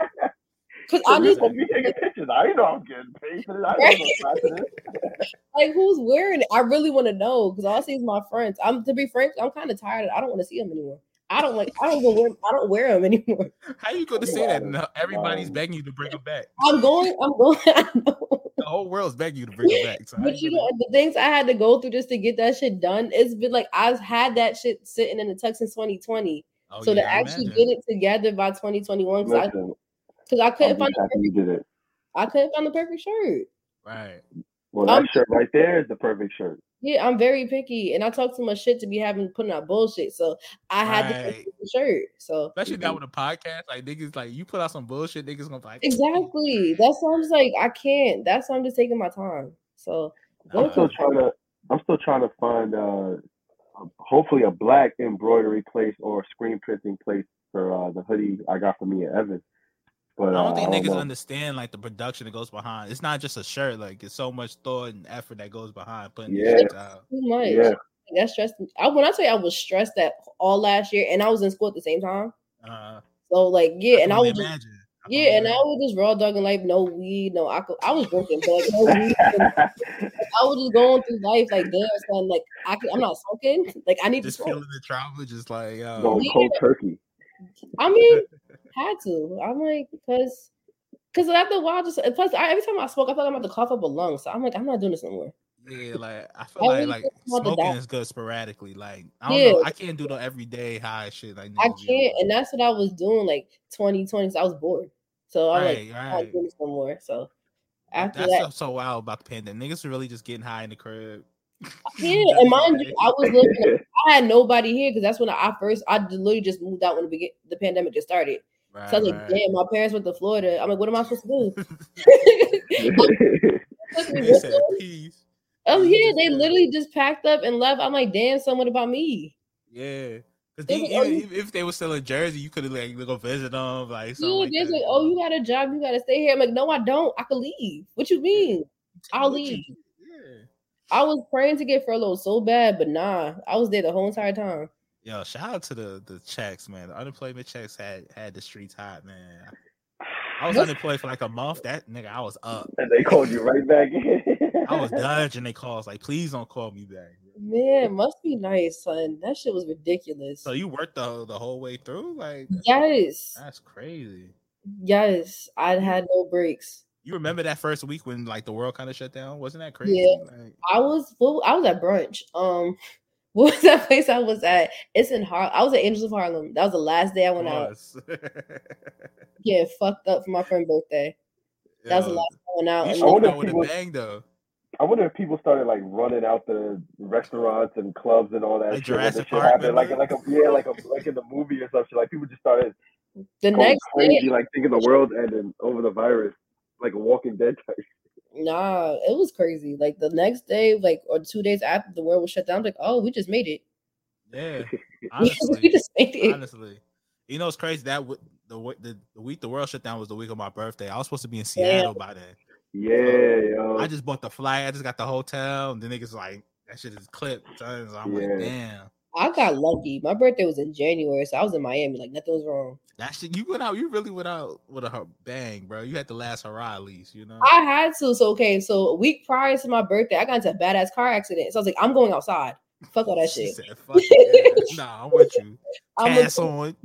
[SPEAKER 3] Because I
[SPEAKER 4] You're
[SPEAKER 3] need,
[SPEAKER 4] supposed to be taking pictures. I didn't know I'm getting paid for this. I didn't know I'm this.
[SPEAKER 3] like, who's wearing it? I really want to know because all I see is my friends. I'm to be frank, I'm kind of tired. Of, I don't want to see them anymore. I don't like. I don't even wear. I don't wear them anymore.
[SPEAKER 2] how you going to say that? No, everybody's begging you to bring them back.
[SPEAKER 3] I'm going. I'm going. I know.
[SPEAKER 2] The whole world's begging you to bring them back. So I
[SPEAKER 3] But you
[SPEAKER 2] really-
[SPEAKER 3] know the things I had to go through just to get that shit done. It's been like I've had that shit sitting in the tux since 2020.
[SPEAKER 2] oh,
[SPEAKER 3] so
[SPEAKER 2] yeah,
[SPEAKER 3] to
[SPEAKER 2] I
[SPEAKER 3] actually
[SPEAKER 2] imagine.
[SPEAKER 3] get it together by 2021, because I,
[SPEAKER 4] Listen,
[SPEAKER 3] 'cause I
[SPEAKER 4] I'm
[SPEAKER 3] couldn't
[SPEAKER 4] just
[SPEAKER 3] find the
[SPEAKER 4] happy you did it.
[SPEAKER 3] I couldn't find the perfect shirt.
[SPEAKER 2] right.
[SPEAKER 4] Well, that
[SPEAKER 3] I'm-
[SPEAKER 4] shirt right there is the perfect shirt.
[SPEAKER 3] Yeah, I'm very picky, and I talk too much shit to be having putting out bullshit. So I had to get
[SPEAKER 2] Right.
[SPEAKER 3] the shirt. So
[SPEAKER 2] Especially now with a podcast, like niggas, like you put out some bullshit, niggas gonna be like
[SPEAKER 3] exactly, that's why I'm just like I can't. That's why I'm just taking my time. So
[SPEAKER 2] "Nah."
[SPEAKER 4] I'm still trying to. I'm still trying to find uh, a- hopefully a black embroidery place or screen printing place for uh, the hoodie I got for me and Evan. But
[SPEAKER 2] I
[SPEAKER 4] uh,
[SPEAKER 2] don't think niggas
[SPEAKER 4] know.
[SPEAKER 2] understand like the production that goes behind. It's not just a shirt; like it's so much thought and effort that goes behind putting yeah.
[SPEAKER 4] Yeah.
[SPEAKER 2] shit out.
[SPEAKER 3] too much.
[SPEAKER 4] Yeah.
[SPEAKER 3] That stressed me. I, when I tell you I was stressed that all last year, and I was in school at the same time.
[SPEAKER 2] Uh,
[SPEAKER 3] So like yeah, and I
[SPEAKER 2] only
[SPEAKER 3] was just,
[SPEAKER 2] imagine. Uh-huh. can
[SPEAKER 3] yeah, and
[SPEAKER 2] only
[SPEAKER 3] I
[SPEAKER 2] imagine.
[SPEAKER 3] was just raw dogging life, no weed, no alcohol. I was drinking, but like, no weed. no I was just going through life like damn son, like I can, I'm not smoking. Like I need
[SPEAKER 2] just
[SPEAKER 3] to smoke.
[SPEAKER 2] feeling the trauma, just like yo,
[SPEAKER 4] Going cold turkey.
[SPEAKER 3] I mean, had to. I'm like because because after a while, just plus I, every time I smoke, I feel like I'm about to cough up a lung. So I'm like I'm not doing this anymore.
[SPEAKER 2] yeah, like I
[SPEAKER 3] I
[SPEAKER 2] feel like
[SPEAKER 3] really
[SPEAKER 2] like
[SPEAKER 3] just want to
[SPEAKER 2] smoking
[SPEAKER 3] die.
[SPEAKER 2] is good sporadically. Like I don't know,
[SPEAKER 3] Yeah.
[SPEAKER 2] I can't do the everyday high shit. Like
[SPEAKER 3] I
[SPEAKER 2] niggas be on.
[SPEAKER 3] can't, and that's what I was doing like 2020. So I was bored. So I'm
[SPEAKER 2] Right,
[SPEAKER 3] like, I'm not
[SPEAKER 2] right.
[SPEAKER 3] doing this no more. So after
[SPEAKER 2] That's
[SPEAKER 3] that,
[SPEAKER 2] so, so wild about the pandemic. Niggas are really just getting high in the crib.
[SPEAKER 3] yeah, and mind you, I was looking I had nobody here because that's when I first I literally just moved out when the begin, the pandemic just started. So I was like, damn, my parents went to Florida. I'm like, what am I supposed to do? Took me
[SPEAKER 2] They
[SPEAKER 3] with
[SPEAKER 2] said,
[SPEAKER 3] them.
[SPEAKER 2] "Peace."
[SPEAKER 3] oh
[SPEAKER 2] you
[SPEAKER 3] yeah,
[SPEAKER 2] just
[SPEAKER 3] they
[SPEAKER 2] went.
[SPEAKER 3] literally just packed up and left. I'm like, damn, someone about me.
[SPEAKER 2] Yeah. Cause
[SPEAKER 3] They like,
[SPEAKER 2] they,
[SPEAKER 3] oh,
[SPEAKER 2] even,
[SPEAKER 3] you-
[SPEAKER 2] even if they were still in Jersey, you could have like go visit them, like something
[SPEAKER 3] Dude,
[SPEAKER 2] like
[SPEAKER 3] they're
[SPEAKER 2] that.
[SPEAKER 3] like, oh, you got a job, you gotta stay here. I'm like, no, I don't. I could leave. What you mean? I'll
[SPEAKER 2] What you-
[SPEAKER 3] leave. I was praying to get furloughed so bad, but nah, I was there the whole entire time.
[SPEAKER 2] Yeah. Yo, shout out to the the checks, man. The unemployment checks had had the streets hot, man. I was
[SPEAKER 3] What?
[SPEAKER 2] unemployed for like a month. That nigga, I was up.
[SPEAKER 4] and they called you right back in.
[SPEAKER 2] I was dodging their calls. Like, please don't call me back.
[SPEAKER 3] Man, must be nice, son. That shit was ridiculous.
[SPEAKER 2] So you worked the the whole way through? Like
[SPEAKER 3] Yes,
[SPEAKER 2] that's crazy.
[SPEAKER 3] yes, I had no breaks.
[SPEAKER 2] You remember that first week when like the world kind of shut down? Wasn't that crazy? Like,
[SPEAKER 3] I was well, I was at brunch. Um, what was that place I was at? It's in Harlem. I was at Angels of Harlem. That was the last day I went out.
[SPEAKER 2] pause.
[SPEAKER 3] Getting fucked up for my friend's birthday. That was the
[SPEAKER 2] Yo,
[SPEAKER 3] last I went out.
[SPEAKER 2] You
[SPEAKER 3] and
[SPEAKER 2] should
[SPEAKER 4] I wonder
[SPEAKER 2] have
[SPEAKER 4] if
[SPEAKER 2] with a
[SPEAKER 4] people-
[SPEAKER 2] bang though.
[SPEAKER 4] I wonder if people started like running out the restaurants and clubs and all that.
[SPEAKER 2] Like
[SPEAKER 4] shit when this
[SPEAKER 2] Jurassic
[SPEAKER 4] shit
[SPEAKER 2] Park,
[SPEAKER 4] happened. like
[SPEAKER 2] remember?
[SPEAKER 4] like a yeah, like a like in the movie or something. Like people just started
[SPEAKER 3] the
[SPEAKER 4] going
[SPEAKER 3] next
[SPEAKER 4] crazy,
[SPEAKER 3] day,
[SPEAKER 4] like thinking the world ending over the virus, like a Walking Dead type.
[SPEAKER 3] nah, it was crazy. Like the next day, like or two days after the world was shut down, I'm like, oh, we just made it.
[SPEAKER 2] Yeah,
[SPEAKER 3] we
[SPEAKER 2] honestly,
[SPEAKER 3] just made it.
[SPEAKER 2] honestly, you know it's crazy that w- the, w- the the week the world shut down was the week of my birthday. I was supposed to be in Seattle by then.
[SPEAKER 4] Yeah, yo.
[SPEAKER 2] Oh. I just bought the flight. I just got the hotel. And the niggas like that shit is clipped. son. So I'm
[SPEAKER 4] Yeah.
[SPEAKER 2] like, damn,
[SPEAKER 3] I got lucky. My birthday was in January, so I was in Miami. Like nothing was wrong.
[SPEAKER 2] that shit. You went out. You really went out with a hu- bang, bro. You had the last hurrah at least. You know.
[SPEAKER 3] I had to. So okay, so a week prior to my birthday, I got into a badass car accident. So I was like, I'm going outside. Fuck all that
[SPEAKER 2] She
[SPEAKER 3] shit.
[SPEAKER 2] said, Fuck it. Nah, I'm with you.
[SPEAKER 3] I'm
[SPEAKER 2] Pass
[SPEAKER 3] like,
[SPEAKER 2] on.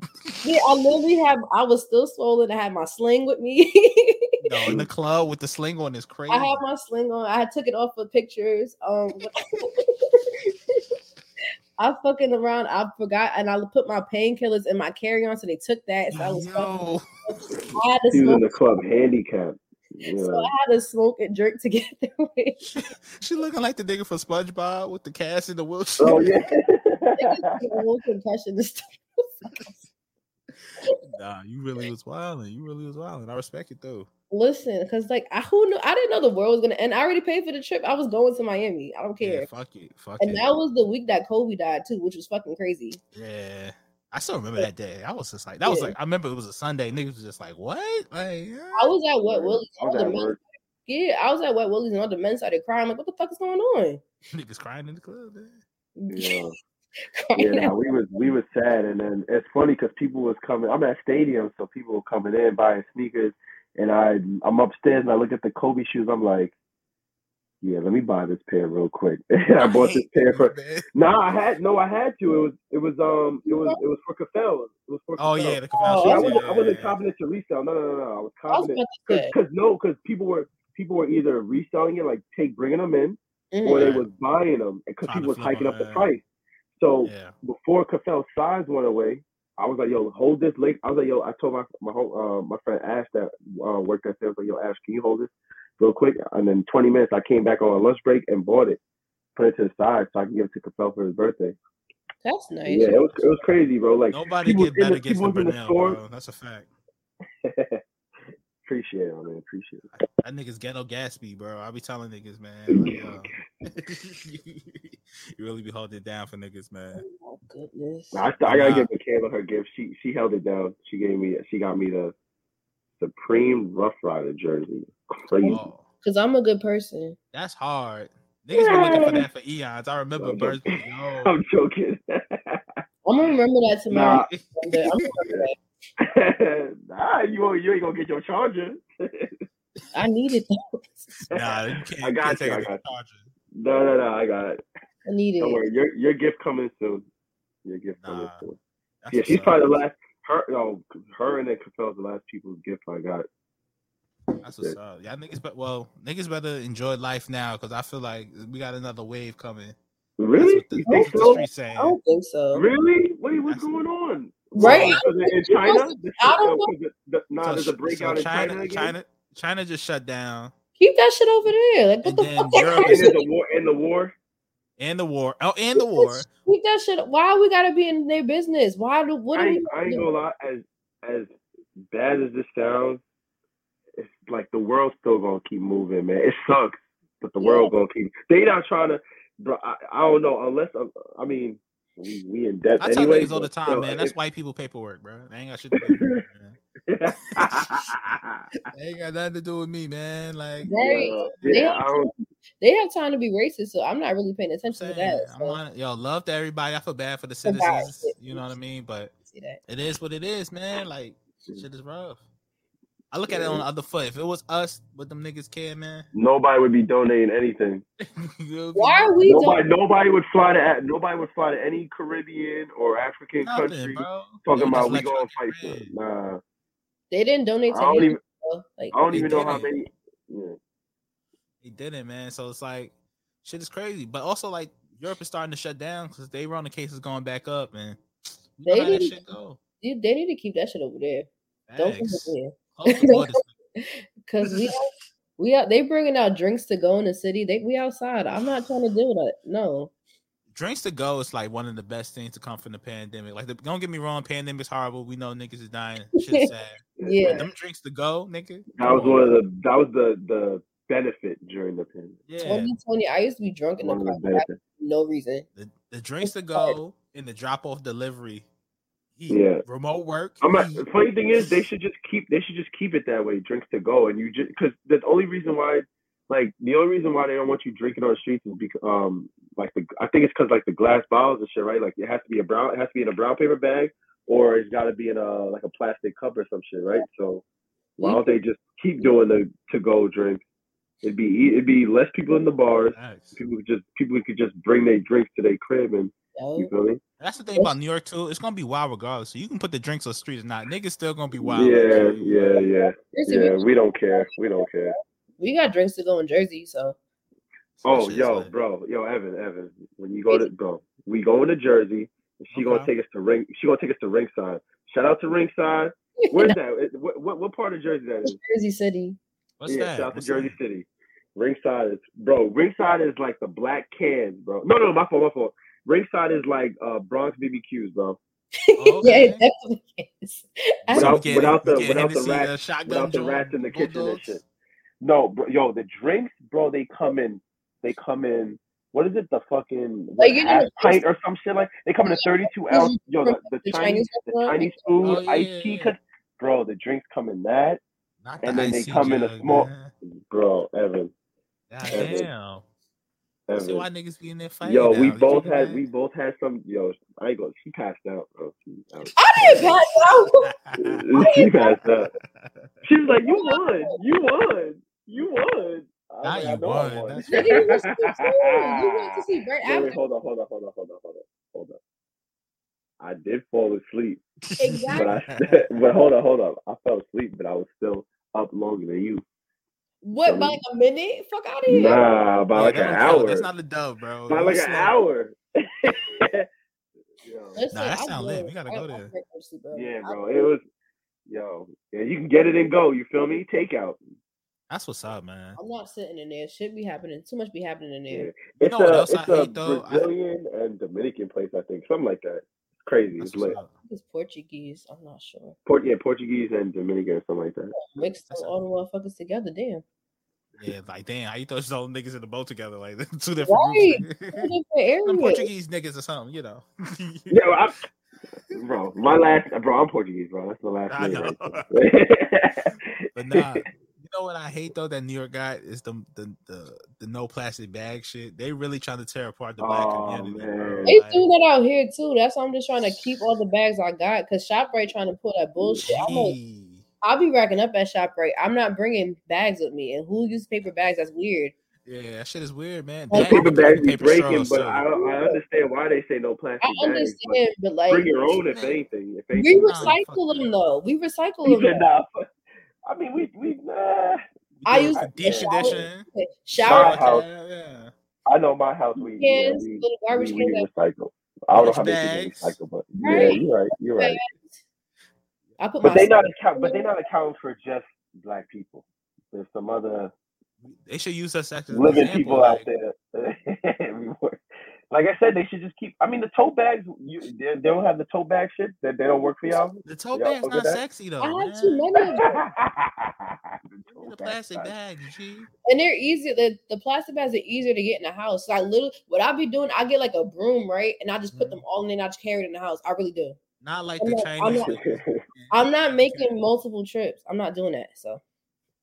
[SPEAKER 3] yeah, I literally have. I was still swollen. I had my sling with me.
[SPEAKER 2] No, in the club with the sling on is crazy.
[SPEAKER 3] I had my sling on. I took it off for pictures. Um, I fucking around. I forgot, and I put my painkillers in my carry on, so they took that. So I was. fucking-
[SPEAKER 2] Yo,
[SPEAKER 3] I had to
[SPEAKER 4] he was in
[SPEAKER 3] smoke.
[SPEAKER 4] the club handicapped. Yeah.
[SPEAKER 3] So I had to smoke and drink to get through it.
[SPEAKER 2] she looking like the nigga from SpongeBob with the cast in the wheelchair.
[SPEAKER 4] oh yeah.
[SPEAKER 3] Like, a little concussion and stuff.
[SPEAKER 2] Nah, you really was wilding. You really was wilding. I respect it though.
[SPEAKER 3] Listen, because like I who knew I didn't know the world was gonna end. I already paid for the trip. I was going to Miami. I don't care.
[SPEAKER 2] Yeah, fuck it. Fuck
[SPEAKER 3] and
[SPEAKER 2] it.
[SPEAKER 3] that was the week that Kobe died too, which was fucking crazy.
[SPEAKER 2] yeah. I still remember that day. I was just like, that was
[SPEAKER 3] Yeah.
[SPEAKER 2] like, I remember it was a Sunday. Niggas was just like, what? Like,
[SPEAKER 3] I was at Wet Willie's.
[SPEAKER 4] I
[SPEAKER 3] all
[SPEAKER 4] was
[SPEAKER 3] the
[SPEAKER 4] at
[SPEAKER 3] men-
[SPEAKER 4] work.
[SPEAKER 3] Yeah, I was at Wet Willie's and all the men started crying. Like, what the fuck is going on?
[SPEAKER 2] niggas crying in the club. Man.
[SPEAKER 4] Yeah.
[SPEAKER 3] Crying
[SPEAKER 4] Yeah, nah,
[SPEAKER 3] out.
[SPEAKER 4] we was we was sad, and then it's funny because people was coming. I'm at stadium, so people were coming in buying sneakers, and I I'm upstairs and I look at the Kobe shoes. I'm like, yeah, let me buy this pair real quick. And I bought this
[SPEAKER 2] hate
[SPEAKER 4] pair for
[SPEAKER 2] man.
[SPEAKER 4] no, I had no, I had to. It was it was um it was it was for Cafell. It was for
[SPEAKER 2] Oh
[SPEAKER 4] Cafell.
[SPEAKER 2] yeah, the
[SPEAKER 3] Oh,
[SPEAKER 4] Yeah, I
[SPEAKER 2] confessions.
[SPEAKER 4] wasn't, I wasn't
[SPEAKER 2] yeah.
[SPEAKER 4] confident to resell. No, no, no, no. I was
[SPEAKER 3] I was
[SPEAKER 4] confident
[SPEAKER 3] about to
[SPEAKER 4] because
[SPEAKER 3] say.
[SPEAKER 4] no, because people were people were either reselling it, like take bringing them in, or
[SPEAKER 3] Mhm.
[SPEAKER 4] they
[SPEAKER 2] Right.
[SPEAKER 4] was buying them because
[SPEAKER 2] Trying
[SPEAKER 4] people
[SPEAKER 2] to
[SPEAKER 4] was
[SPEAKER 2] flip 'em,
[SPEAKER 4] hiking up the
[SPEAKER 2] yeah.
[SPEAKER 4] price. So
[SPEAKER 2] Yeah.
[SPEAKER 4] before Cafell's size went away, I was like, "Yo, hold this late." I was like, "Yo," I told my my whole, uh, my friend Ash that uh, worked at there. I was like, "Yo, Ash, can you hold this real quick?" And then 20 minutes, I came back on a lunch break and bought it, put it to the side so I can give it to Cafell for his birthday.
[SPEAKER 3] That's nice.
[SPEAKER 4] Yeah, it was it was crazy, bro. Like
[SPEAKER 2] Nobody
[SPEAKER 4] people
[SPEAKER 2] get
[SPEAKER 4] in the-
[SPEAKER 2] better against
[SPEAKER 4] people
[SPEAKER 2] the
[SPEAKER 4] in the
[SPEAKER 2] Brunel,
[SPEAKER 4] store-
[SPEAKER 2] bro. That's a fact.
[SPEAKER 4] appreciate it, man. Appreciate it.
[SPEAKER 2] That nigga's ghetto Gatsby, bro. I be telling niggas, man. Like, yo. you really be holding it down for niggas, man.
[SPEAKER 3] Oh goodness.
[SPEAKER 4] Nah, I, st- I gotta
[SPEAKER 2] Nah.
[SPEAKER 4] give Michaela her gift. She she held it down. She gave me she got me the Supreme Rough Rider jersey. Crazy.
[SPEAKER 2] Oh,
[SPEAKER 3] Because I'm a good person.
[SPEAKER 2] that's hard. Niggas been looking for that for eons. I remember
[SPEAKER 4] I'm
[SPEAKER 2] Burns.
[SPEAKER 4] joking.
[SPEAKER 2] Yo,
[SPEAKER 4] I'm joking.
[SPEAKER 3] I'm gonna remember that tomorrow.
[SPEAKER 4] nah,
[SPEAKER 3] I'm gonna remember that.
[SPEAKER 4] nah, you won't- you ain't gonna get your charger.
[SPEAKER 3] I needed that.
[SPEAKER 2] nah, you can't,
[SPEAKER 4] I
[SPEAKER 2] you
[SPEAKER 4] got
[SPEAKER 2] can't
[SPEAKER 4] you,
[SPEAKER 2] take
[SPEAKER 4] I
[SPEAKER 2] it to
[SPEAKER 4] got
[SPEAKER 2] the
[SPEAKER 4] you.
[SPEAKER 2] charger.
[SPEAKER 4] No, no, no. I got it.
[SPEAKER 3] I needed
[SPEAKER 4] Don't
[SPEAKER 3] it.
[SPEAKER 4] worry. Your your gift coming soon. Your gift coming
[SPEAKER 2] Nah.
[SPEAKER 4] soon.
[SPEAKER 2] That's
[SPEAKER 4] Yeah,
[SPEAKER 2] what's
[SPEAKER 4] she's
[SPEAKER 2] up.
[SPEAKER 4] probably the last. Her no, her and then Capella's the last people's gift I got.
[SPEAKER 2] That's what's up. Y'all niggas, but well, niggas better enjoy life now because I feel like we got another wave coming.
[SPEAKER 4] Really? Oh
[SPEAKER 2] That's what the,
[SPEAKER 4] You
[SPEAKER 2] that's
[SPEAKER 4] think
[SPEAKER 2] what the
[SPEAKER 4] so?
[SPEAKER 2] street's saying.
[SPEAKER 3] I don't think so.
[SPEAKER 4] Really? Wait, what's
[SPEAKER 2] That's-
[SPEAKER 4] going on?
[SPEAKER 3] Right?
[SPEAKER 4] Because in China, the,
[SPEAKER 3] I don't know.
[SPEAKER 4] the, the, nah, there's a breakout
[SPEAKER 2] so
[SPEAKER 4] in China, again.
[SPEAKER 2] China, China just shut down,
[SPEAKER 3] Keep that shit over there. Like, what
[SPEAKER 2] And
[SPEAKER 3] the
[SPEAKER 2] then
[SPEAKER 3] fuck? That
[SPEAKER 2] Europe
[SPEAKER 4] And
[SPEAKER 3] curse-
[SPEAKER 4] there's a war. And the war.
[SPEAKER 2] and the war. Oh, and the war.
[SPEAKER 3] Keep that shit. Why we gotta be in their business? Why do what
[SPEAKER 4] I
[SPEAKER 3] do
[SPEAKER 4] ain't, I
[SPEAKER 3] we?
[SPEAKER 4] ain't gonna lie. As as bad as this sounds, it's like the world's still gonna keep moving, man. It sucks, but the world gonna keep. They not trying to. Bro, I, I don't know. Unless uh, I mean, we, we in debt
[SPEAKER 2] I tell
[SPEAKER 4] anyway.
[SPEAKER 2] niggas all the
[SPEAKER 4] but
[SPEAKER 2] time,
[SPEAKER 4] still,
[SPEAKER 2] man. That's
[SPEAKER 4] if-
[SPEAKER 2] white people paperwork, bro. They ain't got shit. To do with me, man. They ain't got nothing to do with me, man. Like
[SPEAKER 3] They,
[SPEAKER 4] yeah, I don't,
[SPEAKER 3] they have time to be racist, so I'm not really paying
[SPEAKER 2] I'm
[SPEAKER 3] attention to
[SPEAKER 2] saying,
[SPEAKER 3] that.
[SPEAKER 2] I'm
[SPEAKER 3] So
[SPEAKER 2] on, yo, love to everybody. I feel bad for the
[SPEAKER 3] About
[SPEAKER 2] citizens.
[SPEAKER 3] it.
[SPEAKER 2] You know what I mean? But
[SPEAKER 3] I see that.
[SPEAKER 2] it is what it is, man. Like shit is rough. I look at it on the other foot. If it was us, what them niggas care, man.
[SPEAKER 4] nobody would be donating anything.
[SPEAKER 2] You'll be
[SPEAKER 3] Why are we
[SPEAKER 4] Nobody,
[SPEAKER 3] doing?
[SPEAKER 4] nobody would fly to nobody would fly to any Caribbean or African
[SPEAKER 2] nothing,
[SPEAKER 4] country
[SPEAKER 2] bro.
[SPEAKER 4] talking
[SPEAKER 2] Yo,
[SPEAKER 4] about
[SPEAKER 2] just
[SPEAKER 4] we
[SPEAKER 2] let y'all
[SPEAKER 4] going to
[SPEAKER 2] get
[SPEAKER 4] fight for.
[SPEAKER 2] red.
[SPEAKER 4] it. Nah,
[SPEAKER 3] They didn't donate
[SPEAKER 4] I
[SPEAKER 3] to
[SPEAKER 4] don't
[SPEAKER 3] Haiti.
[SPEAKER 4] even
[SPEAKER 3] though. Like
[SPEAKER 4] I don't
[SPEAKER 2] They
[SPEAKER 4] even know how
[SPEAKER 2] did it.
[SPEAKER 4] many. Yeah.
[SPEAKER 2] He didn't, man. So it's like shit is crazy. But also like Europe is starting to shut down because they run the cases going back up, man. You know
[SPEAKER 3] They
[SPEAKER 2] how that
[SPEAKER 3] didn't-
[SPEAKER 2] shit go.
[SPEAKER 3] you- they need to keep that shit over there. Don't come
[SPEAKER 2] Facts.
[SPEAKER 3] over here.
[SPEAKER 2] Close the borders.
[SPEAKER 3] Cause we out- we out they bringing out drinks to go in the city. They we outside. I'm not trying to deal with that. No,
[SPEAKER 2] drinks to go is like one of the best things to come from the pandemic. Like, the, don't get me wrong, pandemic's horrible. We know niggas is dying, shit's sad. But
[SPEAKER 3] yeah,
[SPEAKER 2] them drinks to go, nigga.
[SPEAKER 4] That was one of the that was the the benefit during the pandemic.
[SPEAKER 2] Yeah,
[SPEAKER 3] 2020. I used to be drunk in the
[SPEAKER 4] One of
[SPEAKER 3] car
[SPEAKER 4] the
[SPEAKER 3] for
[SPEAKER 4] benefits.
[SPEAKER 3] no reason.
[SPEAKER 2] the, the drinks to go and the drop off delivery. He,
[SPEAKER 4] Yeah.
[SPEAKER 2] remote work.
[SPEAKER 4] I'm not,
[SPEAKER 2] heat.
[SPEAKER 4] the funny thing is they should just keep they should just keep it that way. Drinks to go, and you just because the only reason why, like the only reason why they don't want you drinking on the streets is because um like the I think it's because like the glass bottles and shit, right? Like it has to be a brown, it has to be in a brown paper bag, or it's got to be in a like a plastic cup or some shit, right? So why don't they just keep doing the to go drink? It'd be e- it'd be less people in the bars.
[SPEAKER 2] Facts.
[SPEAKER 4] People could just people could just bring their drinks to their crib, and
[SPEAKER 3] No.
[SPEAKER 4] you feel me?
[SPEAKER 2] That's the thing about New York too. It's gonna be wild regardless. So you can put the drinks on the street or not. Niggas still gonna be wild.
[SPEAKER 4] Yeah, yeah, yeah,
[SPEAKER 3] Seriously,
[SPEAKER 4] yeah.
[SPEAKER 3] we,
[SPEAKER 4] We don't care. We don't care.
[SPEAKER 3] we got drinks to go in Jersey, so
[SPEAKER 4] Oh,
[SPEAKER 2] shit's
[SPEAKER 4] yo,
[SPEAKER 2] lit.
[SPEAKER 4] bro, yo, Evan, Evan. When you go to bro, we going to Jersey. and She gonna
[SPEAKER 2] Okay.
[SPEAKER 4] take us to ring. She gonna take us to ringside. Shout out to ringside. Where's that? It- What, what what part of Jersey that is?
[SPEAKER 3] Jersey City.
[SPEAKER 2] What's
[SPEAKER 4] yeah,
[SPEAKER 2] that?
[SPEAKER 4] shout out to
[SPEAKER 2] What's
[SPEAKER 4] Jersey
[SPEAKER 2] that?
[SPEAKER 4] City. Ringside is bro. Ringside is like the black cans, bro. No, no, my fault, my fault. Ringside is like uh, Bronx BBQs, bro.
[SPEAKER 2] Oh,
[SPEAKER 3] Yeah,
[SPEAKER 2] okay.
[SPEAKER 3] it definitely is.
[SPEAKER 2] So we
[SPEAKER 4] Without-
[SPEAKER 2] get-
[SPEAKER 4] without
[SPEAKER 2] we
[SPEAKER 4] the-
[SPEAKER 2] get
[SPEAKER 4] without the
[SPEAKER 2] Hennessy,
[SPEAKER 4] rats-
[SPEAKER 2] uh, shotgun
[SPEAKER 4] without the
[SPEAKER 2] joint,
[SPEAKER 4] rats in the kitchen and
[SPEAKER 2] Bulldogs.
[SPEAKER 4] shit. No, bro, yo, the drinks, bro. They come in. They come in. What is it? The fucking what,
[SPEAKER 3] Like, you know,
[SPEAKER 4] half
[SPEAKER 3] it's-
[SPEAKER 4] pint or some shit like. They come in a thirty-two ounce. Yo, the, the,
[SPEAKER 3] The
[SPEAKER 4] Chinese,
[SPEAKER 3] Chinese
[SPEAKER 4] the
[SPEAKER 3] restaurant?
[SPEAKER 4] Chinese food,
[SPEAKER 2] Oh, yeah,
[SPEAKER 4] iced tea.
[SPEAKER 2] yeah,
[SPEAKER 4] cut- Bro, the drinks come in that,
[SPEAKER 2] Not
[SPEAKER 4] and
[SPEAKER 2] the
[SPEAKER 4] then they
[SPEAKER 2] IC
[SPEAKER 4] come in a
[SPEAKER 2] jug,
[SPEAKER 4] small-
[SPEAKER 2] man.
[SPEAKER 4] bro. Evan,
[SPEAKER 2] God
[SPEAKER 4] Evan.
[SPEAKER 2] damn. See why
[SPEAKER 4] Evan.
[SPEAKER 2] niggas be in there fighting.
[SPEAKER 4] Yo,
[SPEAKER 2] now.
[SPEAKER 4] we
[SPEAKER 2] You
[SPEAKER 4] both
[SPEAKER 2] feel
[SPEAKER 4] had
[SPEAKER 2] that?
[SPEAKER 4] we both had some. Yo, I ain't gonna. She passed out, bro. She, I was-
[SPEAKER 3] I didn't pass out.
[SPEAKER 4] she passed out. She was like, "You won, you won, you won." I was
[SPEAKER 2] Now
[SPEAKER 4] like, I
[SPEAKER 2] you
[SPEAKER 4] know I
[SPEAKER 2] won,
[SPEAKER 4] won.
[SPEAKER 2] that's
[SPEAKER 3] Nigga, you was too soon. You went to sleep right
[SPEAKER 4] Wait,
[SPEAKER 3] after.
[SPEAKER 4] wait, hold on, hold on, hold on, hold on, hold on, hold on. I did fall asleep, but I, but hold on, hold on. I fell asleep, but I was still up longer than you.
[SPEAKER 3] What, by like a minute? Fuck out of here.
[SPEAKER 4] Nah, by
[SPEAKER 2] Yeah,
[SPEAKER 4] like
[SPEAKER 2] that
[SPEAKER 4] an
[SPEAKER 2] don't count.
[SPEAKER 4] hour.
[SPEAKER 2] That's not a dub, bro.
[SPEAKER 4] By
[SPEAKER 2] You
[SPEAKER 4] like
[SPEAKER 2] slow.
[SPEAKER 4] an hour. Yo.
[SPEAKER 3] Listen,
[SPEAKER 2] Nah, that
[SPEAKER 3] I'm
[SPEAKER 2] sound lit.
[SPEAKER 3] good.
[SPEAKER 2] We gotta
[SPEAKER 3] I-
[SPEAKER 2] go
[SPEAKER 3] I'm
[SPEAKER 2] there.
[SPEAKER 3] great for sleep, bro.
[SPEAKER 4] Yeah,
[SPEAKER 3] I'm
[SPEAKER 4] bro. It was. Yo, yeah, you can get it and go. You feel me? Takeout.
[SPEAKER 2] That's what's up, man.
[SPEAKER 3] I'm not sitting in there. Shit be happening. Too much be happening in there.
[SPEAKER 4] Yeah.
[SPEAKER 2] You
[SPEAKER 4] It's
[SPEAKER 2] know what
[SPEAKER 4] a
[SPEAKER 2] else I
[SPEAKER 4] it's a
[SPEAKER 2] hate, though? I-
[SPEAKER 4] Brazilian and Dominican place, I think, something like that. It's crazy.
[SPEAKER 2] That's
[SPEAKER 4] It's
[SPEAKER 2] what's
[SPEAKER 4] lit.
[SPEAKER 2] up.
[SPEAKER 3] It's Portuguese. I'm not sure.
[SPEAKER 4] Port, yeah, Portuguese and Dominican or something like that.
[SPEAKER 3] Mix
[SPEAKER 2] That's
[SPEAKER 3] all the motherfuckers together. Damn.
[SPEAKER 2] Yeah, like damn, how you throw all niggas in the boat together, like two different
[SPEAKER 3] Right. Two
[SPEAKER 2] groups.
[SPEAKER 3] different
[SPEAKER 2] Them
[SPEAKER 3] areas.
[SPEAKER 2] Portuguese niggas or something, you know.
[SPEAKER 4] Yeah, well, I'm, bro, my last, bro, I'm Portuguese, bro. That's the last
[SPEAKER 2] I
[SPEAKER 4] name.
[SPEAKER 2] know.
[SPEAKER 4] right?
[SPEAKER 2] But nah, you know what I hate though that New York got is the the the, the no plastic bag shit. They really trying to tear apart the black
[SPEAKER 4] Oh,
[SPEAKER 2] community. bro.
[SPEAKER 4] man.
[SPEAKER 3] They
[SPEAKER 2] Like,
[SPEAKER 3] do that out here too. That's why I'm just trying to keep all the bags I got because Shoprite trying to pull that bullshit. I'm like,
[SPEAKER 2] gee.
[SPEAKER 3] I'll be racking up at Shoprite. I'm not bringing bags with me, and who uses paper bags? That's weird.
[SPEAKER 2] yeah, that shit is weird, man.
[SPEAKER 3] Like,
[SPEAKER 2] That
[SPEAKER 4] paper
[SPEAKER 2] and the
[SPEAKER 4] bags be breaking,
[SPEAKER 2] straws,
[SPEAKER 4] but
[SPEAKER 2] too.
[SPEAKER 4] I, I understand why they say no plastic
[SPEAKER 3] I
[SPEAKER 4] bags. but
[SPEAKER 3] understand, but like,
[SPEAKER 4] Bring your own, if anything. If
[SPEAKER 3] we
[SPEAKER 4] anything.
[SPEAKER 2] Nah, fuck
[SPEAKER 3] recycle them
[SPEAKER 2] that.
[SPEAKER 3] though. We recycle
[SPEAKER 4] He
[SPEAKER 3] them.
[SPEAKER 4] said, nah, fuck. I mean, we, we, nah.
[SPEAKER 3] I
[SPEAKER 2] You
[SPEAKER 3] used
[SPEAKER 2] throw
[SPEAKER 3] to
[SPEAKER 2] the dish
[SPEAKER 3] shower-
[SPEAKER 2] edition.
[SPEAKER 3] though. Shower
[SPEAKER 4] Shower Nah, house.
[SPEAKER 2] tab, yeah.
[SPEAKER 4] I know my house, we, yeah,
[SPEAKER 3] cans,
[SPEAKER 4] we,
[SPEAKER 3] little
[SPEAKER 4] we,
[SPEAKER 3] garbage
[SPEAKER 4] we
[SPEAKER 3] cans.
[SPEAKER 4] recycle. I don't know
[SPEAKER 2] Lunch
[SPEAKER 4] how many people
[SPEAKER 2] bags.
[SPEAKER 4] recycle, but yeah,
[SPEAKER 3] Right.
[SPEAKER 4] you're right. You're right.
[SPEAKER 3] I put
[SPEAKER 4] But they
[SPEAKER 3] myself
[SPEAKER 4] not account. But they not accounting for just black people. There's some other
[SPEAKER 2] They should use us as an
[SPEAKER 4] living
[SPEAKER 2] example,
[SPEAKER 4] people out
[SPEAKER 2] like,
[SPEAKER 4] there. like I said, they should just keep. I mean, the tote bags. You, they, they don't have the tote bag shit. That they don't work for y'all.
[SPEAKER 2] The tote
[SPEAKER 4] Y'all
[SPEAKER 2] bag's
[SPEAKER 4] fuck
[SPEAKER 2] not
[SPEAKER 4] with that?
[SPEAKER 2] sexy though.
[SPEAKER 3] I have
[SPEAKER 2] man.
[SPEAKER 3] too many of them.
[SPEAKER 4] The
[SPEAKER 2] Give me
[SPEAKER 4] tote
[SPEAKER 2] the
[SPEAKER 4] bag's
[SPEAKER 2] plastic
[SPEAKER 4] not-
[SPEAKER 2] bag, G.
[SPEAKER 3] and they're easy. The, the plastic bags are easier to get in the house. So I literally, what I be doing, I get like a broom, right, and I just put
[SPEAKER 4] Mm-hmm.
[SPEAKER 3] them all in, and I just carry it in the house. I really do.
[SPEAKER 2] Not like
[SPEAKER 3] I'm
[SPEAKER 2] the
[SPEAKER 3] not- I'm
[SPEAKER 2] Chinese.
[SPEAKER 3] not-
[SPEAKER 2] niggas.
[SPEAKER 3] I'm not making multiple trips. I'm not doing that. So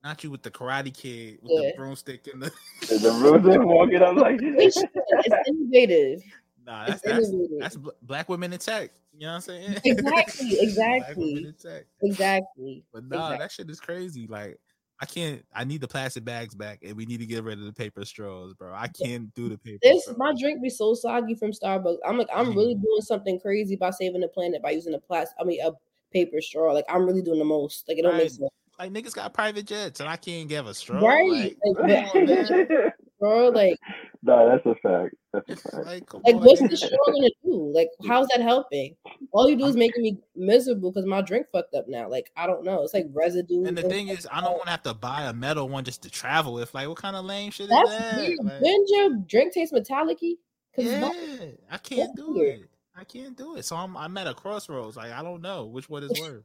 [SPEAKER 2] Not you with the Karate Kid with
[SPEAKER 3] Yeah.
[SPEAKER 2] the broomstick and the.
[SPEAKER 4] The rules are walking up like.
[SPEAKER 3] They should. it's innovative.
[SPEAKER 2] Nah,
[SPEAKER 3] It's
[SPEAKER 2] that's that's,
[SPEAKER 3] innovative.
[SPEAKER 2] that's bl- black women in tech. You know what I'm saying?
[SPEAKER 3] Exactly,
[SPEAKER 2] Black women in tech.
[SPEAKER 3] exactly.
[SPEAKER 2] But nah, that shit is crazy. Like I can't. I need the plastic bags back, and we need to get rid of the paper straws, bro. I can't do the paper.
[SPEAKER 3] This
[SPEAKER 2] straws.
[SPEAKER 3] my drink be so soggy from Starbucks. I'm like, I'm really
[SPEAKER 2] Mm-hmm.
[SPEAKER 3] doing something crazy by saving the planet by using a plastic. I mean, a paper straw. Like I'm really doing the most. Like it don't
[SPEAKER 2] Right.
[SPEAKER 3] make sense,
[SPEAKER 2] Like niggas got private jets, and I can't give a straw.
[SPEAKER 3] right?
[SPEAKER 2] Like,
[SPEAKER 3] Like, but,
[SPEAKER 2] on, man.
[SPEAKER 3] bro, like,
[SPEAKER 4] no, that's a fact. That's a fact.
[SPEAKER 2] like, come
[SPEAKER 3] like
[SPEAKER 2] on,
[SPEAKER 3] what's the
[SPEAKER 2] nigga.
[SPEAKER 3] straw gonna do? Like, how's that helping? All you do is making me miserable because my drink fucked up now. Like, I don't know. It's like residue.
[SPEAKER 2] And the thing is, I don't want to have to buy a metal one just to travel with. Like, what kind of lame shit is
[SPEAKER 3] that's
[SPEAKER 2] that?
[SPEAKER 3] weird.
[SPEAKER 2] Like,
[SPEAKER 3] Didn't your drink taste metallic-y? Cause it's
[SPEAKER 2] yeah,
[SPEAKER 3] not-
[SPEAKER 2] I can't do
[SPEAKER 3] weird.
[SPEAKER 2] it. I can't do it. So I'm I'm at a crossroads. Like, I don't know which one is worse.